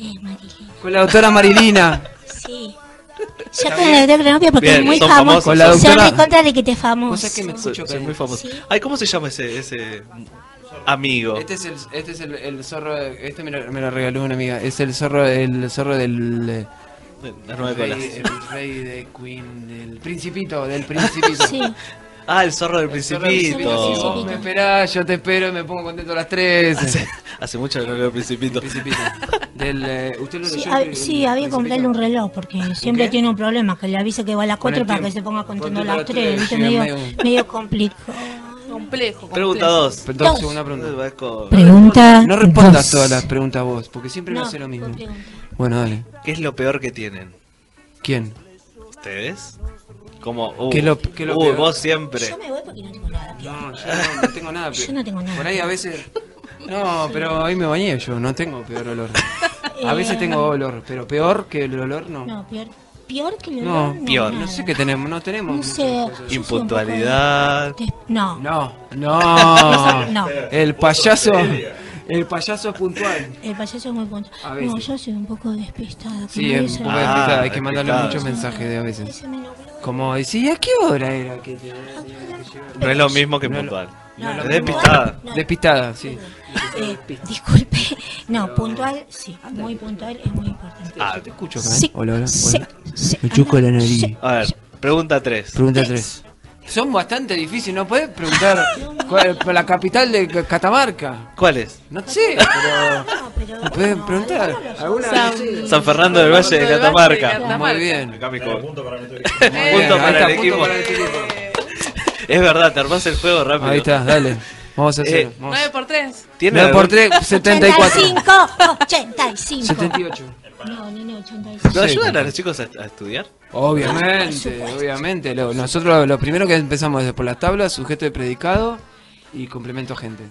[SPEAKER 4] Eh, Marilena,
[SPEAKER 3] con la doctora Marilina.
[SPEAKER 4] sí. Yo con el doctor Cronopio porque
[SPEAKER 1] Bien,
[SPEAKER 4] es muy
[SPEAKER 1] son
[SPEAKER 4] famoso.
[SPEAKER 1] famosos.
[SPEAKER 3] La
[SPEAKER 4] Son
[SPEAKER 3] doctora-
[SPEAKER 4] recontra de que te famoso.
[SPEAKER 3] Vos sabés que me
[SPEAKER 1] Soy,
[SPEAKER 3] escucho
[SPEAKER 1] soy muy
[SPEAKER 3] acá.
[SPEAKER 1] famoso.
[SPEAKER 4] Sí.
[SPEAKER 1] Ay, ¿cómo se llama ese, ese amigo?
[SPEAKER 3] Este es el, este es el, el zorro, este me lo, me lo regaló una amiga. Es el zorro, el zorro del eh,
[SPEAKER 1] Las nueve colas.
[SPEAKER 3] rey, el rey de Queen, del principito, del principito.
[SPEAKER 4] Sí.
[SPEAKER 1] Ah, el zorro del
[SPEAKER 3] El zorro del
[SPEAKER 4] Principito.
[SPEAKER 1] principito.
[SPEAKER 3] Si vos me esperás, yo te espero y me pongo contento a las 3.
[SPEAKER 1] Hace, [LAUGHS] hace mucho que no leo el principito.
[SPEAKER 3] Principito. Del, eh, ¿Usted lo
[SPEAKER 4] Sí,
[SPEAKER 3] leyó,
[SPEAKER 4] hab-
[SPEAKER 3] el-
[SPEAKER 4] sí,
[SPEAKER 3] el
[SPEAKER 4] había que comprarle
[SPEAKER 3] Principito?
[SPEAKER 4] un reloj porque siempre
[SPEAKER 3] qué?
[SPEAKER 4] tiene un problema, que le avisa que va a las
[SPEAKER 3] Con el
[SPEAKER 4] 4 para que se
[SPEAKER 3] tiempo.
[SPEAKER 4] ponga contento a
[SPEAKER 3] Contento a
[SPEAKER 4] las
[SPEAKER 3] las
[SPEAKER 4] 3,
[SPEAKER 3] tres,
[SPEAKER 4] viste,
[SPEAKER 3] llega
[SPEAKER 4] medio,
[SPEAKER 3] medio-
[SPEAKER 4] medio complicado.
[SPEAKER 2] Complejo.
[SPEAKER 1] Pregunta
[SPEAKER 2] complejo.
[SPEAKER 1] 2.
[SPEAKER 3] Perdón,
[SPEAKER 4] Dos.
[SPEAKER 3] segunda pregunta.
[SPEAKER 7] Pregunta.
[SPEAKER 3] No respondas
[SPEAKER 7] dos.
[SPEAKER 3] todas las preguntas vos, porque siempre me hace lo mismo. Bueno, dale.
[SPEAKER 1] ¿Qué es lo peor que tienen?
[SPEAKER 3] ¿Quién?
[SPEAKER 1] ¿Ustedes? Como, uh,
[SPEAKER 3] ¿Qué lo- qué lo
[SPEAKER 1] uh,
[SPEAKER 3] peor?
[SPEAKER 1] vos siempre.
[SPEAKER 4] Yo me voy porque no tengo nada.
[SPEAKER 3] No, yo no, no tengo nada.
[SPEAKER 4] Yo
[SPEAKER 3] pero-
[SPEAKER 4] no tengo nada.
[SPEAKER 3] Por ahí a veces. No, pero ahí me bañé yo, no tengo peor
[SPEAKER 4] [LAUGHS]
[SPEAKER 3] olor. A veces
[SPEAKER 4] Eh,
[SPEAKER 3] tengo olor, pero peor que el olor no. No,
[SPEAKER 4] No, peor, peor que el
[SPEAKER 3] No,
[SPEAKER 4] olor, no,
[SPEAKER 1] peor.
[SPEAKER 4] nada.
[SPEAKER 3] sé qué tenemos, no tenemos.
[SPEAKER 4] No
[SPEAKER 3] muchas
[SPEAKER 4] sé.
[SPEAKER 3] cosas.
[SPEAKER 4] yo soy un poco de-
[SPEAKER 1] Impuntualidad.
[SPEAKER 4] de- [LAUGHS] No.
[SPEAKER 3] No, no.
[SPEAKER 4] No.
[SPEAKER 3] El payaso. El payaso es puntual.
[SPEAKER 4] El payaso es muy bueno.
[SPEAKER 3] A veces.
[SPEAKER 4] No, yo soy un poco despistada.
[SPEAKER 3] Sí, es un poco
[SPEAKER 1] Ah,
[SPEAKER 3] despistado, hay que mandarle
[SPEAKER 1] despistado.
[SPEAKER 3] muchos mensajes de a veces.
[SPEAKER 4] Se me nubló.
[SPEAKER 3] Como decía, ¿a qué hora era que te-
[SPEAKER 1] No es lo mismo que
[SPEAKER 3] No lo-
[SPEAKER 1] puntual.
[SPEAKER 4] no,
[SPEAKER 1] Es
[SPEAKER 4] no,
[SPEAKER 1] despistada.
[SPEAKER 4] no.
[SPEAKER 3] Despistada, sí.
[SPEAKER 4] Eh, disculpe. No, puntual, sí. Muy puntual es muy importante.
[SPEAKER 1] Ah,
[SPEAKER 3] Te escucho, ¿eh?
[SPEAKER 4] Sí,
[SPEAKER 3] Hola, hola,
[SPEAKER 4] sí,
[SPEAKER 3] hola.
[SPEAKER 4] sí,
[SPEAKER 3] Me choco
[SPEAKER 4] anda,
[SPEAKER 3] la nariz.
[SPEAKER 4] sí.
[SPEAKER 1] a ver, pregunta 3.
[SPEAKER 3] Pregunta 3. Son bastante difíciles, ¿no podés preguntar [LAUGHS] cuál- la capital de C- Catamarca?
[SPEAKER 1] ¿Cuál es?
[SPEAKER 3] No sé, pero...
[SPEAKER 4] No, pero
[SPEAKER 3] Podés
[SPEAKER 4] no,
[SPEAKER 3] preguntar. ¿Alguna
[SPEAKER 2] San-
[SPEAKER 3] vez?
[SPEAKER 1] San Fernando del Valle de Catamarca.
[SPEAKER 3] Muy
[SPEAKER 2] Catamarca. Eh,
[SPEAKER 3] bien.
[SPEAKER 5] Acá me co- punto para nuestro equipo. [LAUGHS]
[SPEAKER 3] Muy bien,
[SPEAKER 1] Punto
[SPEAKER 3] Eh, ahí
[SPEAKER 1] para
[SPEAKER 3] está,
[SPEAKER 1] el
[SPEAKER 3] punto
[SPEAKER 1] equipo.
[SPEAKER 3] para el equipo.
[SPEAKER 1] Es verdad, te armás el juego rápido.
[SPEAKER 3] Ahí está, dale. Vamos a hacer.
[SPEAKER 1] Eh,
[SPEAKER 2] 9 por 3.
[SPEAKER 1] ¿Tiene
[SPEAKER 3] por
[SPEAKER 1] algún-
[SPEAKER 3] 3, 74.
[SPEAKER 4] 85, 85.
[SPEAKER 3] 78.
[SPEAKER 4] No, nene, 85.
[SPEAKER 1] ¿Lo
[SPEAKER 3] Sí,
[SPEAKER 1] ayudan a
[SPEAKER 3] claro.
[SPEAKER 1] los chicos a, a estudiar?
[SPEAKER 4] Por
[SPEAKER 3] Obviamente,
[SPEAKER 4] supuesto.
[SPEAKER 3] obviamente. Lo- nosotros lo primero que empezamos es por las tablas, sujeto de predicado y complemento gente.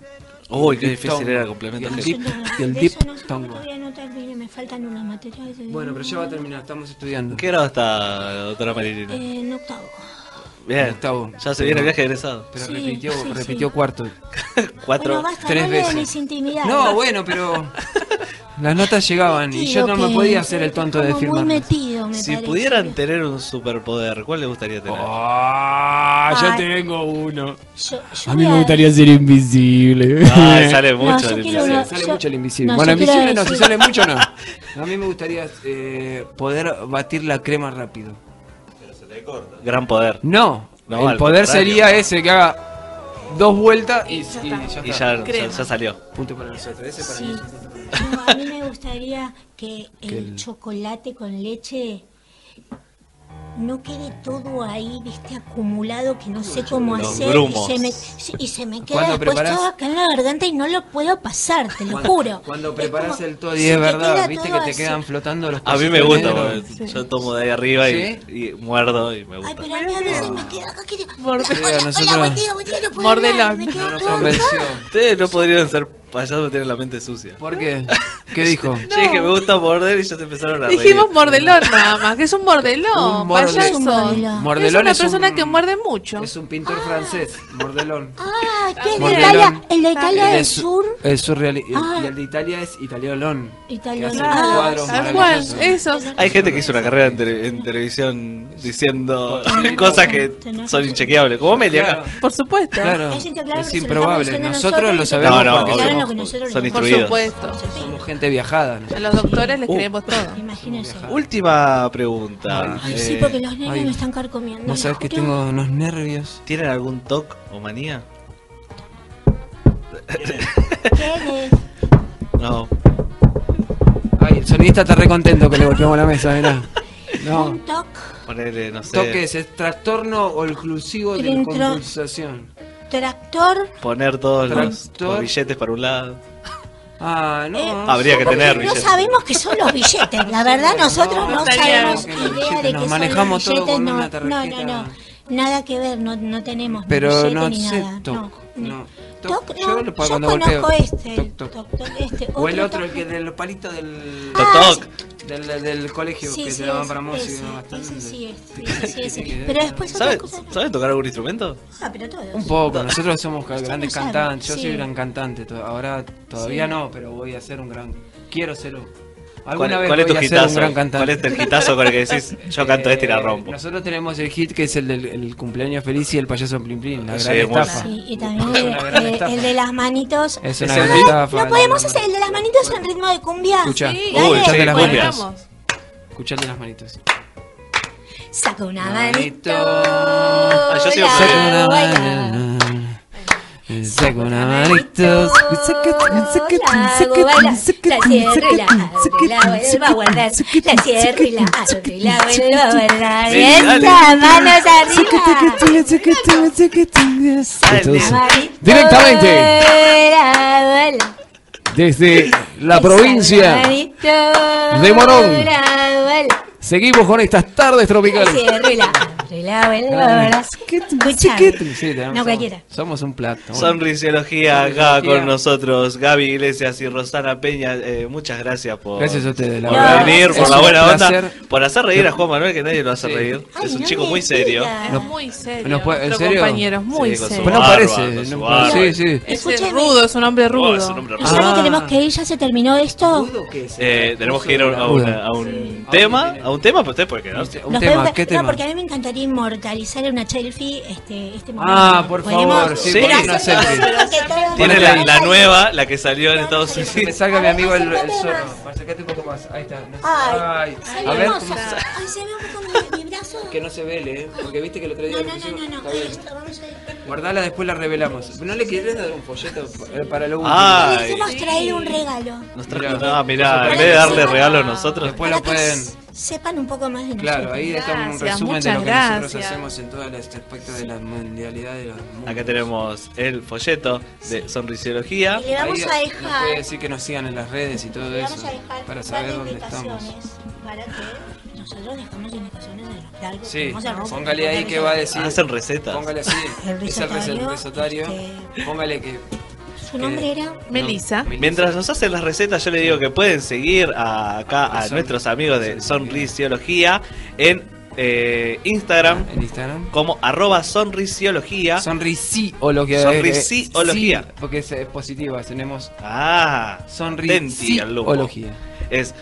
[SPEAKER 1] Uy, qué
[SPEAKER 3] El
[SPEAKER 1] difícil
[SPEAKER 3] diptongo.
[SPEAKER 1] era complementar.
[SPEAKER 3] Y el
[SPEAKER 1] gente.
[SPEAKER 3] dip-
[SPEAKER 4] Yo
[SPEAKER 3] el
[SPEAKER 4] no- de eso no-
[SPEAKER 3] diptongo.
[SPEAKER 4] Todavía no terminé, me faltan unas materias. de-
[SPEAKER 3] Bueno, pero ya va a terminar, estamos estudiando.
[SPEAKER 1] ¿Qué grado está, doctora Marilina?
[SPEAKER 4] Eh, En octavo.
[SPEAKER 1] Bien,
[SPEAKER 3] octavo.
[SPEAKER 1] ya se viene el viaje de egresado.
[SPEAKER 3] Pero
[SPEAKER 4] Sí,
[SPEAKER 3] repitió,
[SPEAKER 4] [LAUGHS] sí,
[SPEAKER 3] repitió
[SPEAKER 4] sí.
[SPEAKER 3] cuarto.
[SPEAKER 1] Cuatro.
[SPEAKER 4] Bueno, basta,
[SPEAKER 3] tres
[SPEAKER 4] no le den
[SPEAKER 3] veces.
[SPEAKER 4] mis intimidades.
[SPEAKER 3] No, bueno,
[SPEAKER 4] [LAUGHS]
[SPEAKER 3] pero las notas llegaban y yo no me
[SPEAKER 4] Metido que-
[SPEAKER 3] podía hacer el tonto de
[SPEAKER 4] como
[SPEAKER 3] firmar.
[SPEAKER 4] Muy metido, me
[SPEAKER 1] Si
[SPEAKER 4] parece.
[SPEAKER 1] pudieran tener un superpoder, ¿cuál les gustaría tener?
[SPEAKER 3] Ah,
[SPEAKER 4] Ay.
[SPEAKER 3] yo tengo uno.
[SPEAKER 4] Yo- yo
[SPEAKER 3] A mí
[SPEAKER 4] voy
[SPEAKER 3] me gustaría ser invisible.
[SPEAKER 1] Ah, sale
[SPEAKER 4] No,
[SPEAKER 1] mucho.
[SPEAKER 4] yo
[SPEAKER 1] el
[SPEAKER 4] quiero
[SPEAKER 1] inglés.
[SPEAKER 4] uno-
[SPEAKER 3] Sale
[SPEAKER 4] Yo-
[SPEAKER 3] mucho el invisible.
[SPEAKER 4] no,
[SPEAKER 3] bueno,
[SPEAKER 4] yo quiero
[SPEAKER 3] invisible no, si
[SPEAKER 4] decir-
[SPEAKER 3] sale mucho no.
[SPEAKER 4] [LAUGHS]
[SPEAKER 3] A mí me gustaría eh, poder batir la crema rápido.
[SPEAKER 1] Gran poder.
[SPEAKER 3] No,
[SPEAKER 1] No,
[SPEAKER 3] el
[SPEAKER 1] al
[SPEAKER 3] poder
[SPEAKER 1] contrario.
[SPEAKER 3] sería ese que haga dos vueltas y, y ya está.
[SPEAKER 1] Y ya, ya,
[SPEAKER 2] Crema.
[SPEAKER 1] ya salió.
[SPEAKER 3] Punto para nosotros. Ese para
[SPEAKER 4] Sí.
[SPEAKER 3] mí.
[SPEAKER 4] No, a mí me gustaría que
[SPEAKER 3] [LAUGHS] Que
[SPEAKER 4] el
[SPEAKER 3] el-
[SPEAKER 4] chocolate con leche no quede todo ahí, viste, acumulado, que no sé cómo
[SPEAKER 1] Los
[SPEAKER 4] hacer.
[SPEAKER 1] grumos.
[SPEAKER 4] Y se me, sí, y se me queda
[SPEAKER 3] Cuando
[SPEAKER 4] después
[SPEAKER 3] preparás-
[SPEAKER 4] todo acá en la garganta y no lo puedo pasar, te lo
[SPEAKER 3] Cuando-
[SPEAKER 4] juro.
[SPEAKER 3] Cuando
[SPEAKER 4] Es
[SPEAKER 3] preparas
[SPEAKER 4] como-
[SPEAKER 3] el todo
[SPEAKER 4] se
[SPEAKER 3] y es
[SPEAKER 4] te
[SPEAKER 3] verdad,
[SPEAKER 4] queda
[SPEAKER 3] viste que
[SPEAKER 4] todo
[SPEAKER 3] te
[SPEAKER 4] así.
[SPEAKER 3] quedan flotando los
[SPEAKER 1] A mí me
[SPEAKER 3] cositos
[SPEAKER 1] gusta,
[SPEAKER 3] negros.
[SPEAKER 1] porque yo tomo de ahí arriba y, y muerdo y me
[SPEAKER 4] Ay,
[SPEAKER 1] gusta.
[SPEAKER 4] pero a mí a veces me queda acá que...
[SPEAKER 2] Morde-
[SPEAKER 4] Hola, hola,
[SPEAKER 3] nosotros-
[SPEAKER 4] buen día, buen día, no puedo
[SPEAKER 2] Mordela.
[SPEAKER 4] hablar, me
[SPEAKER 3] No
[SPEAKER 4] queda
[SPEAKER 3] nos
[SPEAKER 4] todo acá.
[SPEAKER 3] convenció.
[SPEAKER 1] Ustedes no podrían ser payasos tienen la mente sucia.
[SPEAKER 3] ¿Por qué?
[SPEAKER 1] Este,
[SPEAKER 3] ¿Qué dijo?
[SPEAKER 1] Yo dije, me gusta morder y ya se empezaron a reír.
[SPEAKER 2] Dijimos mordelón nada más, que es un mordelón,
[SPEAKER 3] Un mordelón.
[SPEAKER 2] payaso.
[SPEAKER 4] Un mordelón.
[SPEAKER 2] es
[SPEAKER 3] Mordelón
[SPEAKER 2] una
[SPEAKER 3] es
[SPEAKER 2] persona
[SPEAKER 3] un-
[SPEAKER 2] que muerde mucho.
[SPEAKER 3] Es un pintor francés, Mordelón.
[SPEAKER 4] Ah, ¿qué es de
[SPEAKER 3] Mordelón.
[SPEAKER 4] Italia? ¿El de Italia
[SPEAKER 3] El de
[SPEAKER 4] del
[SPEAKER 3] su-
[SPEAKER 4] Sur?
[SPEAKER 3] El surreali- y-
[SPEAKER 4] Ah.
[SPEAKER 3] Y el de Italia es Italiolón.
[SPEAKER 4] Italiolón.
[SPEAKER 3] Que hace
[SPEAKER 4] Ah,
[SPEAKER 3] cuadros
[SPEAKER 2] Tal cual,
[SPEAKER 3] maravillosos.
[SPEAKER 2] eso.
[SPEAKER 1] Hay gente que hizo una carrera en, tele- en televisión diciendo [LAUGHS] cosas que son inchequeables. Como Melia.
[SPEAKER 3] Claro,
[SPEAKER 2] Por supuesto.
[SPEAKER 3] claro.
[SPEAKER 4] Hay gente, claro,
[SPEAKER 3] es
[SPEAKER 4] que se lo
[SPEAKER 3] improbable.
[SPEAKER 4] están diciendo a
[SPEAKER 3] Nosotros lo
[SPEAKER 4] y
[SPEAKER 3] sabemos
[SPEAKER 1] No, no,
[SPEAKER 3] porque
[SPEAKER 1] obvio.
[SPEAKER 4] Claro,
[SPEAKER 3] somos,
[SPEAKER 4] lo que nosotros
[SPEAKER 1] Son
[SPEAKER 4] le-
[SPEAKER 2] Por
[SPEAKER 1] Instruidos.
[SPEAKER 2] supuesto.
[SPEAKER 3] somos gente viajada.
[SPEAKER 2] A
[SPEAKER 3] nosotros.
[SPEAKER 2] los doctores les
[SPEAKER 1] Uh.
[SPEAKER 2] creemos todo.
[SPEAKER 4] Imagínense.
[SPEAKER 1] Última pregunta.
[SPEAKER 4] Ay,
[SPEAKER 1] Eh,
[SPEAKER 4] sí, porque los nenes
[SPEAKER 3] ay.
[SPEAKER 4] me están carcomiendo.
[SPEAKER 3] Vos sabés que
[SPEAKER 4] Julio.
[SPEAKER 3] tengo unos nervios.
[SPEAKER 1] ¿Tienen algún toc o manía?
[SPEAKER 4] ¿Qué es?
[SPEAKER 1] [LAUGHS] No.
[SPEAKER 3] Ay, el sonidista está re contento que le golpeamos la mesa, mirá. No.
[SPEAKER 4] Un toc
[SPEAKER 1] Ponele, no sé.
[SPEAKER 3] Toques, es trastorno oclusivo de la
[SPEAKER 4] Intro-
[SPEAKER 3] compulsación.
[SPEAKER 4] tractor.
[SPEAKER 1] Poner todos los,
[SPEAKER 3] Tractor.
[SPEAKER 1] los billetes para un lado.
[SPEAKER 3] Ah, no.
[SPEAKER 4] Eh,
[SPEAKER 1] Habría que
[SPEAKER 4] porque
[SPEAKER 1] tener
[SPEAKER 4] No
[SPEAKER 1] billetes.
[SPEAKER 4] sabemos qué son los billetes. La verdad, nosotros
[SPEAKER 2] no
[SPEAKER 4] no, sabemos
[SPEAKER 2] sabía.
[SPEAKER 4] idea de qué
[SPEAKER 3] Nos
[SPEAKER 4] son
[SPEAKER 3] manejamos todo
[SPEAKER 4] los billetes.
[SPEAKER 3] con
[SPEAKER 4] no,
[SPEAKER 3] una
[SPEAKER 4] no,
[SPEAKER 3] tarjeta.
[SPEAKER 4] no, no. Nada que ver, no, no tenemos ni
[SPEAKER 3] Pero
[SPEAKER 4] billete
[SPEAKER 3] no
[SPEAKER 4] ni
[SPEAKER 3] sé
[SPEAKER 4] nada.
[SPEAKER 3] toc. No.
[SPEAKER 4] Toc,
[SPEAKER 3] Toc,
[SPEAKER 4] no,
[SPEAKER 3] yo
[SPEAKER 4] yo,
[SPEAKER 3] lo puedo cuando
[SPEAKER 4] conozco
[SPEAKER 3] golpeo.
[SPEAKER 4] este,
[SPEAKER 3] Toc,
[SPEAKER 4] el
[SPEAKER 3] toc.
[SPEAKER 4] toc, toc, este,
[SPEAKER 3] O el otro,
[SPEAKER 4] toc.
[SPEAKER 3] el que de los palitos del.
[SPEAKER 1] Toc,
[SPEAKER 4] Ah,
[SPEAKER 1] toc.
[SPEAKER 3] Del, del- del colegio
[SPEAKER 4] Sí,
[SPEAKER 3] que
[SPEAKER 4] sí,
[SPEAKER 3] te daban
[SPEAKER 4] es-
[SPEAKER 3] para música.
[SPEAKER 4] ese,
[SPEAKER 3] bastante.
[SPEAKER 4] ese sí es,
[SPEAKER 3] [LAUGHS]
[SPEAKER 4] sí, sí, ese.
[SPEAKER 3] Sí,
[SPEAKER 4] Pero después otras
[SPEAKER 1] ¿Saben
[SPEAKER 4] cosas no.
[SPEAKER 1] saben tocar algún instrumento?
[SPEAKER 4] Ah, pero todos.
[SPEAKER 3] Un poco, nosotros somos grandes
[SPEAKER 4] sabe,
[SPEAKER 3] cantantes. Yo soy
[SPEAKER 4] sí.
[SPEAKER 3] gran cantante, to- ahora todavía no, pero voy a ser un gran. Quiero serlo. Alguna
[SPEAKER 1] ¿Cuál,
[SPEAKER 3] vez
[SPEAKER 1] cuál es
[SPEAKER 3] voy
[SPEAKER 1] tu
[SPEAKER 3] a ser
[SPEAKER 1] hitazo?
[SPEAKER 3] un gran cantante.
[SPEAKER 1] ¿Cuál es el hitazo con el que decís, yo canto este y la
[SPEAKER 3] [LAUGHS] Eh,
[SPEAKER 1] rompo?
[SPEAKER 3] Nosotros tenemos el hit que es el del el cumpleaños feliz y el payaso Plin Plin, la
[SPEAKER 1] Sí,
[SPEAKER 3] gran
[SPEAKER 1] es muy
[SPEAKER 3] estafa.
[SPEAKER 4] Sí, y también
[SPEAKER 3] Es una gran
[SPEAKER 4] eh,
[SPEAKER 3] estafa.
[SPEAKER 4] el de las manitos.
[SPEAKER 3] Es
[SPEAKER 1] una
[SPEAKER 3] una
[SPEAKER 1] gran
[SPEAKER 3] gran
[SPEAKER 1] estafa.
[SPEAKER 4] ¿No podemos hacer el de las manitos en ritmo de cumbia?
[SPEAKER 3] Escucha,
[SPEAKER 2] Sí,
[SPEAKER 1] Uy,
[SPEAKER 2] dale,
[SPEAKER 1] sí,
[SPEAKER 2] bueno,
[SPEAKER 1] cumbias.
[SPEAKER 2] vamos.
[SPEAKER 3] escuchate las manitos.
[SPEAKER 4] Saca una
[SPEAKER 3] Manito.
[SPEAKER 4] manito.
[SPEAKER 1] Ah, yo sigo
[SPEAKER 4] la
[SPEAKER 1] con él.
[SPEAKER 4] hago bailar.
[SPEAKER 3] Saca una manito.
[SPEAKER 4] La hago bailar. La cierro y la abro y la vuelvo a guardar. La cierro y la abro y la vuelvo a guardar.
[SPEAKER 1] Sí,
[SPEAKER 4] Y esta,
[SPEAKER 1] dale.
[SPEAKER 4] manos arriba.
[SPEAKER 1] Dale.
[SPEAKER 4] La manito
[SPEAKER 8] Directamente
[SPEAKER 4] la vuela.
[SPEAKER 8] desde la
[SPEAKER 4] Esa
[SPEAKER 8] provincia
[SPEAKER 4] manito
[SPEAKER 8] de Morón.
[SPEAKER 4] la vuela.
[SPEAKER 8] seguimos con estas tardes
[SPEAKER 4] La
[SPEAKER 8] tropicales.
[SPEAKER 4] cierro y la abro y la vuelvo a guardar. Escuchame.
[SPEAKER 3] Sí, tenemos-
[SPEAKER 4] No
[SPEAKER 3] somos-
[SPEAKER 4] cualquiera.
[SPEAKER 3] Somos un plato.
[SPEAKER 1] Sonrisiología acá
[SPEAKER 3] Sonrisiología.
[SPEAKER 1] con nosotros, Gaby Iglesias y Rosana Peña. eh, muchas gracias por,
[SPEAKER 3] Gracias a ustedes, la
[SPEAKER 1] por
[SPEAKER 4] verdad.
[SPEAKER 1] venir,
[SPEAKER 3] Es
[SPEAKER 1] por la
[SPEAKER 3] un
[SPEAKER 1] buena onda,
[SPEAKER 3] placer.
[SPEAKER 1] por hacer reír a Juan Manuel, que nadie lo hace
[SPEAKER 3] Sí.
[SPEAKER 1] reír.
[SPEAKER 4] Ay,
[SPEAKER 1] es un
[SPEAKER 4] no
[SPEAKER 1] chico
[SPEAKER 4] me
[SPEAKER 1] muy serio.
[SPEAKER 4] digas.
[SPEAKER 2] Es muy serio.
[SPEAKER 3] No puede- ¿en
[SPEAKER 2] nuestro
[SPEAKER 3] serio?
[SPEAKER 2] compañero es muy
[SPEAKER 1] Sí, con su
[SPEAKER 2] serio.
[SPEAKER 3] Pero Pues no
[SPEAKER 1] barba,
[SPEAKER 3] parece.
[SPEAKER 1] con su
[SPEAKER 3] no-
[SPEAKER 1] barba.
[SPEAKER 3] sí, sí.
[SPEAKER 2] Es
[SPEAKER 4] Escúcheme.
[SPEAKER 2] rudo, es un hombre
[SPEAKER 1] Oh,
[SPEAKER 2] rudo.
[SPEAKER 1] es un hombre
[SPEAKER 4] ¿Y
[SPEAKER 1] raro.
[SPEAKER 4] ya
[SPEAKER 3] Ah.
[SPEAKER 4] no tenemos que ir? ¿Ya se terminó esto?
[SPEAKER 1] Eh, tenemos que ir a un, a un- a un tema, a un tema, pues, pero ustedes pueden quedarse.
[SPEAKER 3] Un
[SPEAKER 4] Nos
[SPEAKER 3] tema,
[SPEAKER 4] podemos-
[SPEAKER 3] ¿qué
[SPEAKER 4] no,
[SPEAKER 3] tema?
[SPEAKER 4] porque a mí me encantaría inmortalizar en una selfie este, este momento.
[SPEAKER 3] Ah, por
[SPEAKER 4] ¿Podemos?
[SPEAKER 3] favor, sí,
[SPEAKER 1] Sí.
[SPEAKER 3] ponle una
[SPEAKER 1] Gracias.
[SPEAKER 3] selfie.
[SPEAKER 1] Tiene
[SPEAKER 3] Ponele
[SPEAKER 1] la,
[SPEAKER 3] ahí.
[SPEAKER 1] la nueva, la que salió en Estados
[SPEAKER 3] Que me
[SPEAKER 1] Unidos.
[SPEAKER 3] salga mi amigo el, el
[SPEAKER 4] Acércate
[SPEAKER 3] zorro.
[SPEAKER 4] más.
[SPEAKER 3] Acércate un poco más. Ahí está. No sé-
[SPEAKER 4] Ay,
[SPEAKER 3] Ay.
[SPEAKER 4] ay,
[SPEAKER 3] A ver,
[SPEAKER 4] hermosa.
[SPEAKER 3] ¿cómo se-
[SPEAKER 4] Ay, se ve un poco mi, mi brazo.
[SPEAKER 3] que no se vele, ¿eh? Porque viste que el otro día.
[SPEAKER 4] No,
[SPEAKER 3] lo
[SPEAKER 4] no, no,
[SPEAKER 3] pusimos-
[SPEAKER 4] no, no.
[SPEAKER 3] Está bien.
[SPEAKER 4] esto, vamos a ver.
[SPEAKER 3] Guardala, después la revelamos. ¿No le querés dar un folleto pa- eh, para lo último?
[SPEAKER 1] Ay.
[SPEAKER 4] Les hemos traído un regalo.
[SPEAKER 1] Nos trajo-
[SPEAKER 3] Mirá.
[SPEAKER 1] ah, mirá,
[SPEAKER 3] Para
[SPEAKER 1] en vez de
[SPEAKER 4] que
[SPEAKER 1] darle
[SPEAKER 4] sepan-
[SPEAKER 1] regalo a nosotros,
[SPEAKER 3] Después lo
[SPEAKER 4] Para que
[SPEAKER 3] pueden.
[SPEAKER 4] s- sepan un poco más de nosotros.
[SPEAKER 3] Claro, ahí está un
[SPEAKER 2] Gracias,
[SPEAKER 3] resumen de
[SPEAKER 2] muchas
[SPEAKER 3] lo que nosotros
[SPEAKER 2] gracias.
[SPEAKER 3] hacemos en todo este aspecto de la mundialidad de los mundos.
[SPEAKER 1] acá tenemos el folleto de sonrisiología.
[SPEAKER 4] Y le
[SPEAKER 3] Ahí
[SPEAKER 4] vamos a
[SPEAKER 3] Nos puede
[SPEAKER 4] dejar.
[SPEAKER 3] decir que nos sigan en las redes y todo
[SPEAKER 4] Le
[SPEAKER 3] eso.
[SPEAKER 4] vamos a dejar ¿eh?
[SPEAKER 3] para
[SPEAKER 4] varias
[SPEAKER 3] saber dónde
[SPEAKER 4] indicaciones
[SPEAKER 3] estamos.
[SPEAKER 4] para que nosotros dejamos indicaciones de los cargos.
[SPEAKER 3] Sí,
[SPEAKER 4] Vamos a ver-
[SPEAKER 3] póngale ahí que va a decir.
[SPEAKER 1] Hacen recetas.
[SPEAKER 3] Póngale así.
[SPEAKER 4] [LAUGHS]
[SPEAKER 3] es
[SPEAKER 4] El
[SPEAKER 3] el
[SPEAKER 4] risotario,
[SPEAKER 3] risotario.
[SPEAKER 4] este-
[SPEAKER 3] Póngale que.
[SPEAKER 4] Su nombre era.
[SPEAKER 2] Melissa.
[SPEAKER 1] Mientras nos hacen las recetas, yo les digo que pueden seguir a- acá a
[SPEAKER 3] Son-
[SPEAKER 1] nuestros amigos de Sonrisiología en eh, Instagram
[SPEAKER 3] En Instagram.
[SPEAKER 1] como arroba sonrisiología.
[SPEAKER 3] Sonrisiología.
[SPEAKER 1] Sonrisiología.
[SPEAKER 3] Sí, porque es, es positiva. Tenemos
[SPEAKER 1] Ah, Tenti al lupo.
[SPEAKER 3] sonrisiología.
[SPEAKER 1] Es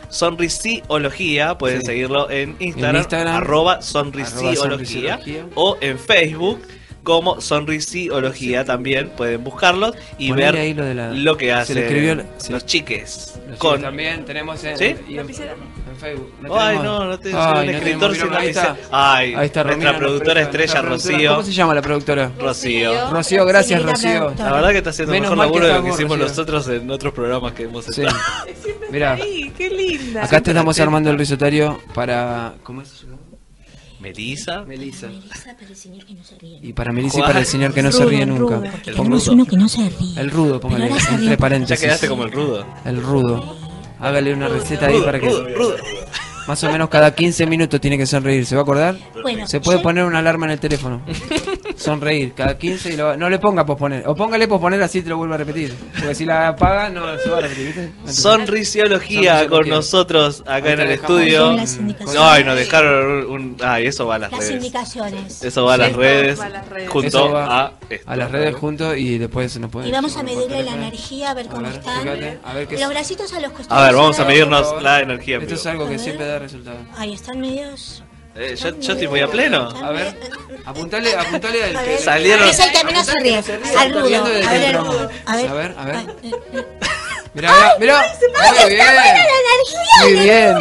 [SPEAKER 1] sonrisiología, pueden
[SPEAKER 3] Sí.
[SPEAKER 1] seguirlo en Instagram,
[SPEAKER 3] Instagram,
[SPEAKER 1] arroba sonrisiología
[SPEAKER 3] arroba sonrisiología.
[SPEAKER 1] o en Facebook como sonrisiología también, pueden buscarlos y
[SPEAKER 3] Ponele
[SPEAKER 1] ver
[SPEAKER 3] ahí lo de la-
[SPEAKER 1] lo que
[SPEAKER 3] se le
[SPEAKER 1] hacen
[SPEAKER 3] escribió la- se-
[SPEAKER 1] los chiques
[SPEAKER 3] Los
[SPEAKER 1] con
[SPEAKER 3] chicos también tenemos en,
[SPEAKER 1] ¿Sí?
[SPEAKER 3] y en, en Facebook.
[SPEAKER 1] Ay,
[SPEAKER 3] tenemos-
[SPEAKER 1] no, no te
[SPEAKER 3] Ay,
[SPEAKER 1] soy un
[SPEAKER 3] no
[SPEAKER 1] escritor
[SPEAKER 3] tenemos,
[SPEAKER 1] sin
[SPEAKER 3] mirá, ahí
[SPEAKER 1] lapicera.
[SPEAKER 3] está.
[SPEAKER 1] Ay,
[SPEAKER 3] Ahí
[SPEAKER 1] nuestra
[SPEAKER 3] está Romina,
[SPEAKER 1] productora
[SPEAKER 3] nuestra
[SPEAKER 1] estrella
[SPEAKER 3] productora. ¿Cómo se
[SPEAKER 1] Rocío.
[SPEAKER 3] llama la productora?
[SPEAKER 1] Rocío.
[SPEAKER 3] Rocío, gracias
[SPEAKER 4] Señorita
[SPEAKER 3] Rocío.
[SPEAKER 4] productora.
[SPEAKER 1] La verdad que está haciendo
[SPEAKER 3] Menos
[SPEAKER 1] mejor
[SPEAKER 3] mal que
[SPEAKER 1] laburo de lo
[SPEAKER 3] estás
[SPEAKER 1] que
[SPEAKER 3] vos,
[SPEAKER 1] hicimos
[SPEAKER 3] Rocío.
[SPEAKER 1] nosotros en otros programas que hemos
[SPEAKER 3] Sí.
[SPEAKER 1] estado.
[SPEAKER 4] [LAUGHS]
[SPEAKER 3] Mira,
[SPEAKER 2] Sí, qué linda.
[SPEAKER 3] acá te estamos armando el risotario para ¿cómo es? su nombre?
[SPEAKER 1] Melissa.
[SPEAKER 3] Melissa.
[SPEAKER 4] Melissa, pero el señor que no se ríe.
[SPEAKER 3] Y para Melissa y para el señor que no se
[SPEAKER 4] Rudo,
[SPEAKER 3] ríe
[SPEAKER 4] el
[SPEAKER 3] nunca.
[SPEAKER 4] rudo, porque
[SPEAKER 1] El
[SPEAKER 4] tenemos
[SPEAKER 1] rudo.
[SPEAKER 4] uno que no se ríe.
[SPEAKER 3] El rudo, póngale
[SPEAKER 4] Pero ahora se
[SPEAKER 3] entre
[SPEAKER 4] ríe.
[SPEAKER 1] Ya
[SPEAKER 3] paréntesis.
[SPEAKER 1] quedaste como el rudo.
[SPEAKER 3] El rudo. Hágale una receta ahí
[SPEAKER 1] Rudo,
[SPEAKER 3] para
[SPEAKER 1] rudo,
[SPEAKER 3] que
[SPEAKER 1] rudo.
[SPEAKER 3] más o menos cada 15 minutos tiene que sonreír, ¿se va a acordar?
[SPEAKER 4] Bueno,
[SPEAKER 3] Se puede
[SPEAKER 4] yo-
[SPEAKER 3] poner una alarma en el teléfono. Sonreír, cada 15 y lo- no le ponga posponer. O póngale posponer así te lo vuelvo a repetir. Porque si la apaga no se va a repetir, ¿viste? Entonces-
[SPEAKER 1] Sonrisiología
[SPEAKER 3] Sonrisiología.
[SPEAKER 1] con nosotros acá
[SPEAKER 3] Ahí
[SPEAKER 1] en
[SPEAKER 3] te
[SPEAKER 1] el
[SPEAKER 3] dejamos.
[SPEAKER 1] estudio.
[SPEAKER 4] Son las indicaciones.
[SPEAKER 1] No, y nos dejaron un. Ay, eso va a las
[SPEAKER 4] Las
[SPEAKER 1] redes.
[SPEAKER 4] indicaciones.
[SPEAKER 1] Eso va a las
[SPEAKER 2] Eso
[SPEAKER 1] redes.
[SPEAKER 2] va a las redes.
[SPEAKER 3] Eso
[SPEAKER 1] Junto
[SPEAKER 3] va
[SPEAKER 1] a. esto.
[SPEAKER 3] A las redes juntos y después nos pueden.
[SPEAKER 4] Y vamos a medirle la
[SPEAKER 3] Teléfono.
[SPEAKER 4] energía, a ver cómo
[SPEAKER 3] ver,
[SPEAKER 4] están.
[SPEAKER 3] fíjate, a ver qué
[SPEAKER 4] Los
[SPEAKER 3] es.
[SPEAKER 4] bracitos a los costados.
[SPEAKER 1] A ver, vamos a
[SPEAKER 4] ¿verdad?
[SPEAKER 1] medirnos la energía.
[SPEAKER 3] Esto
[SPEAKER 1] amigo.
[SPEAKER 3] es algo
[SPEAKER 4] A
[SPEAKER 3] que
[SPEAKER 4] ver.
[SPEAKER 3] siempre da resultado.
[SPEAKER 4] Ahí están medios.
[SPEAKER 1] Eh, yo, yo estoy muy a pleno.
[SPEAKER 3] A ver, apuntale, apuntale al que.
[SPEAKER 1] Salieron-
[SPEAKER 4] Ese ahí Ah, también no se ríe. Al rudo.
[SPEAKER 3] Saliendo de
[SPEAKER 4] A ver,
[SPEAKER 3] dentro.
[SPEAKER 4] al rudo. A ver.
[SPEAKER 3] A ver, a ver.
[SPEAKER 4] Ah, eh, eh.
[SPEAKER 3] Mirá, mirá, mirá. Muy bien.
[SPEAKER 4] ¡La
[SPEAKER 3] Muy
[SPEAKER 4] energía!
[SPEAKER 3] bien.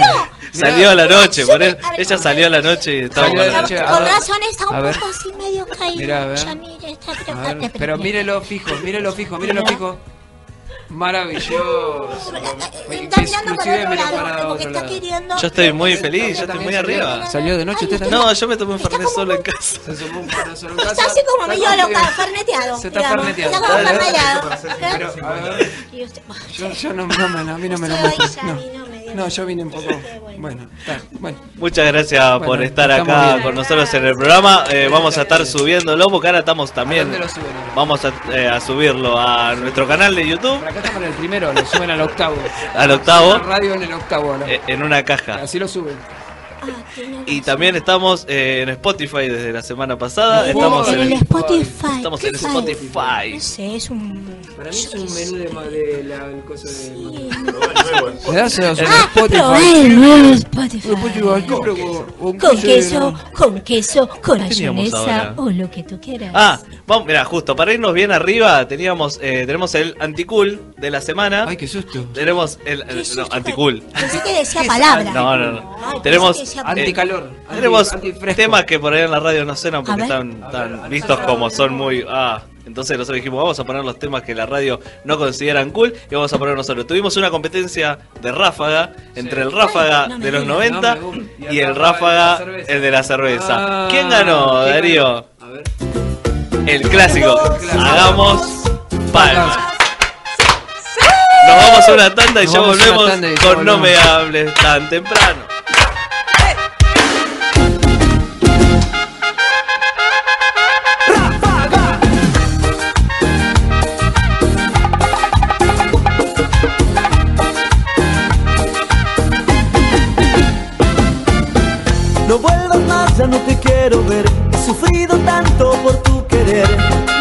[SPEAKER 1] Salió a la noche, por él-
[SPEAKER 4] a ver,
[SPEAKER 1] ella
[SPEAKER 4] a ver.
[SPEAKER 1] salió a la noche y estaba
[SPEAKER 3] Salió a la noche.
[SPEAKER 4] Con
[SPEAKER 3] a ver.
[SPEAKER 4] razón está
[SPEAKER 3] A
[SPEAKER 4] un
[SPEAKER 3] ver.
[SPEAKER 4] poco así medio caído.
[SPEAKER 3] Mirá, a ver.
[SPEAKER 4] Ya mire, está pero,
[SPEAKER 3] A ver, pero mírelo fijo, mírelo fijo, mírelo
[SPEAKER 4] Mirá.
[SPEAKER 3] fijo. Maravilloso.
[SPEAKER 4] eh, Está mirando para
[SPEAKER 3] Inclusive
[SPEAKER 4] otro
[SPEAKER 3] mira
[SPEAKER 4] lado,
[SPEAKER 3] para
[SPEAKER 4] como que
[SPEAKER 3] otro
[SPEAKER 4] está
[SPEAKER 3] lado.
[SPEAKER 4] queriendo.
[SPEAKER 1] Yo estoy muy feliz, yo estoy
[SPEAKER 3] También
[SPEAKER 1] muy
[SPEAKER 3] salió-
[SPEAKER 1] arriba.
[SPEAKER 3] ¿Salió de noche usted también?
[SPEAKER 1] No, yo me tomé un fernet solo en casa.
[SPEAKER 3] Se sumó un perro solo en
[SPEAKER 4] Está
[SPEAKER 3] casa.
[SPEAKER 4] así como
[SPEAKER 3] Está
[SPEAKER 4] medio loca,
[SPEAKER 3] bien.
[SPEAKER 4] farneteado.
[SPEAKER 3] Se está
[SPEAKER 4] digamos.
[SPEAKER 3] farneteando.
[SPEAKER 4] Está como
[SPEAKER 1] Dale.
[SPEAKER 4] farneteado.
[SPEAKER 3] Pero, a ver,
[SPEAKER 4] Y usted-
[SPEAKER 3] yo, yo no, no, me- no, a mí no me lo
[SPEAKER 4] Usted hoy
[SPEAKER 3] muestro,
[SPEAKER 4] ya vino medio-
[SPEAKER 3] No. No, yo vine un poco.
[SPEAKER 4] Qué bueno.
[SPEAKER 3] Bueno, está, bueno.
[SPEAKER 1] Muchas gracias por
[SPEAKER 3] Bueno,
[SPEAKER 1] estar
[SPEAKER 3] estamos
[SPEAKER 1] acá
[SPEAKER 3] bien.
[SPEAKER 1] con nosotros en el programa. Eh, vamos a estar subiéndolo porque ahora estamos también.
[SPEAKER 3] dónde lo suben ahora?
[SPEAKER 1] Vamos a, eh, a subirlo a nuestro canal de YouTube,
[SPEAKER 3] Por acá estamos en el primero, lo suben al octavo.
[SPEAKER 1] al
[SPEAKER 3] La
[SPEAKER 1] octavo,
[SPEAKER 3] radio en el octavo, ¿no?
[SPEAKER 1] eh, en una caja.
[SPEAKER 3] Así lo suben.
[SPEAKER 4] Ah, tiene
[SPEAKER 1] Y también estamos eh, en Spotify desde la semana pasada. Estamos en
[SPEAKER 4] en el
[SPEAKER 1] el,
[SPEAKER 4] Spotify.
[SPEAKER 1] estamos
[SPEAKER 4] ¿qué
[SPEAKER 1] en
[SPEAKER 4] tal?
[SPEAKER 1] Spotify.
[SPEAKER 4] No sé, es un.
[SPEAKER 3] Para mí es un menú de, la, el coso de.
[SPEAKER 5] Nuevo,
[SPEAKER 3] Le das a
[SPEAKER 4] Ah, probé el nuevo Spotify.
[SPEAKER 3] pues,
[SPEAKER 4] Con
[SPEAKER 3] Con
[SPEAKER 4] queso, con queso, con
[SPEAKER 1] teníamos
[SPEAKER 4] mayonesa
[SPEAKER 1] ahora?
[SPEAKER 4] o lo que tú quieras.
[SPEAKER 1] Ah, vamos, mira, justo para irnos bien arriba teníamos eh, tenemos el anticool de la semana.
[SPEAKER 3] Ay, qué susto.
[SPEAKER 1] Tenemos el
[SPEAKER 4] Qué
[SPEAKER 1] eh, no,
[SPEAKER 4] susto,
[SPEAKER 1] anticool.
[SPEAKER 4] Pensé que decía palabra.
[SPEAKER 1] No, no, no.
[SPEAKER 4] Ay, pensé
[SPEAKER 1] Tenemos-
[SPEAKER 4] que decía palabra.
[SPEAKER 3] Anticalor.
[SPEAKER 1] Anti- Eh, Tenemos
[SPEAKER 3] antifresco.
[SPEAKER 1] temas que por ahí en la radio no cenan porque
[SPEAKER 4] A ver.
[SPEAKER 1] están, están vistos como son muy. Ah, entonces nosotros dijimos, vamos a poner los temas que la radio no consideran cool y vamos a poner nosotros. Tuvimos una competencia de ráfaga entre el ráfaga
[SPEAKER 4] no me
[SPEAKER 1] de los
[SPEAKER 4] digas.
[SPEAKER 1] 90
[SPEAKER 3] No, me gusta.
[SPEAKER 1] y
[SPEAKER 3] acá
[SPEAKER 1] el
[SPEAKER 3] va
[SPEAKER 1] ráfaga,
[SPEAKER 3] cerveza.
[SPEAKER 1] el de la cerveza.
[SPEAKER 3] Ah,
[SPEAKER 1] ¿Quién ganó,
[SPEAKER 3] ¿quién
[SPEAKER 1] Darío?
[SPEAKER 3] ganó? A ver.
[SPEAKER 1] El clásico.
[SPEAKER 3] Clásico.
[SPEAKER 1] Hagamos palmas.
[SPEAKER 3] Palmas.
[SPEAKER 1] Nos vamos a una tanda y
[SPEAKER 3] Nos
[SPEAKER 1] ya
[SPEAKER 3] vamos a una
[SPEAKER 1] volvemos
[SPEAKER 3] tanda y ya
[SPEAKER 1] con No
[SPEAKER 3] volvemos.
[SPEAKER 1] me hables tan temprano.
[SPEAKER 9] No vuelvas más, ya no te quiero ver. He sufrido tanto por tu querer.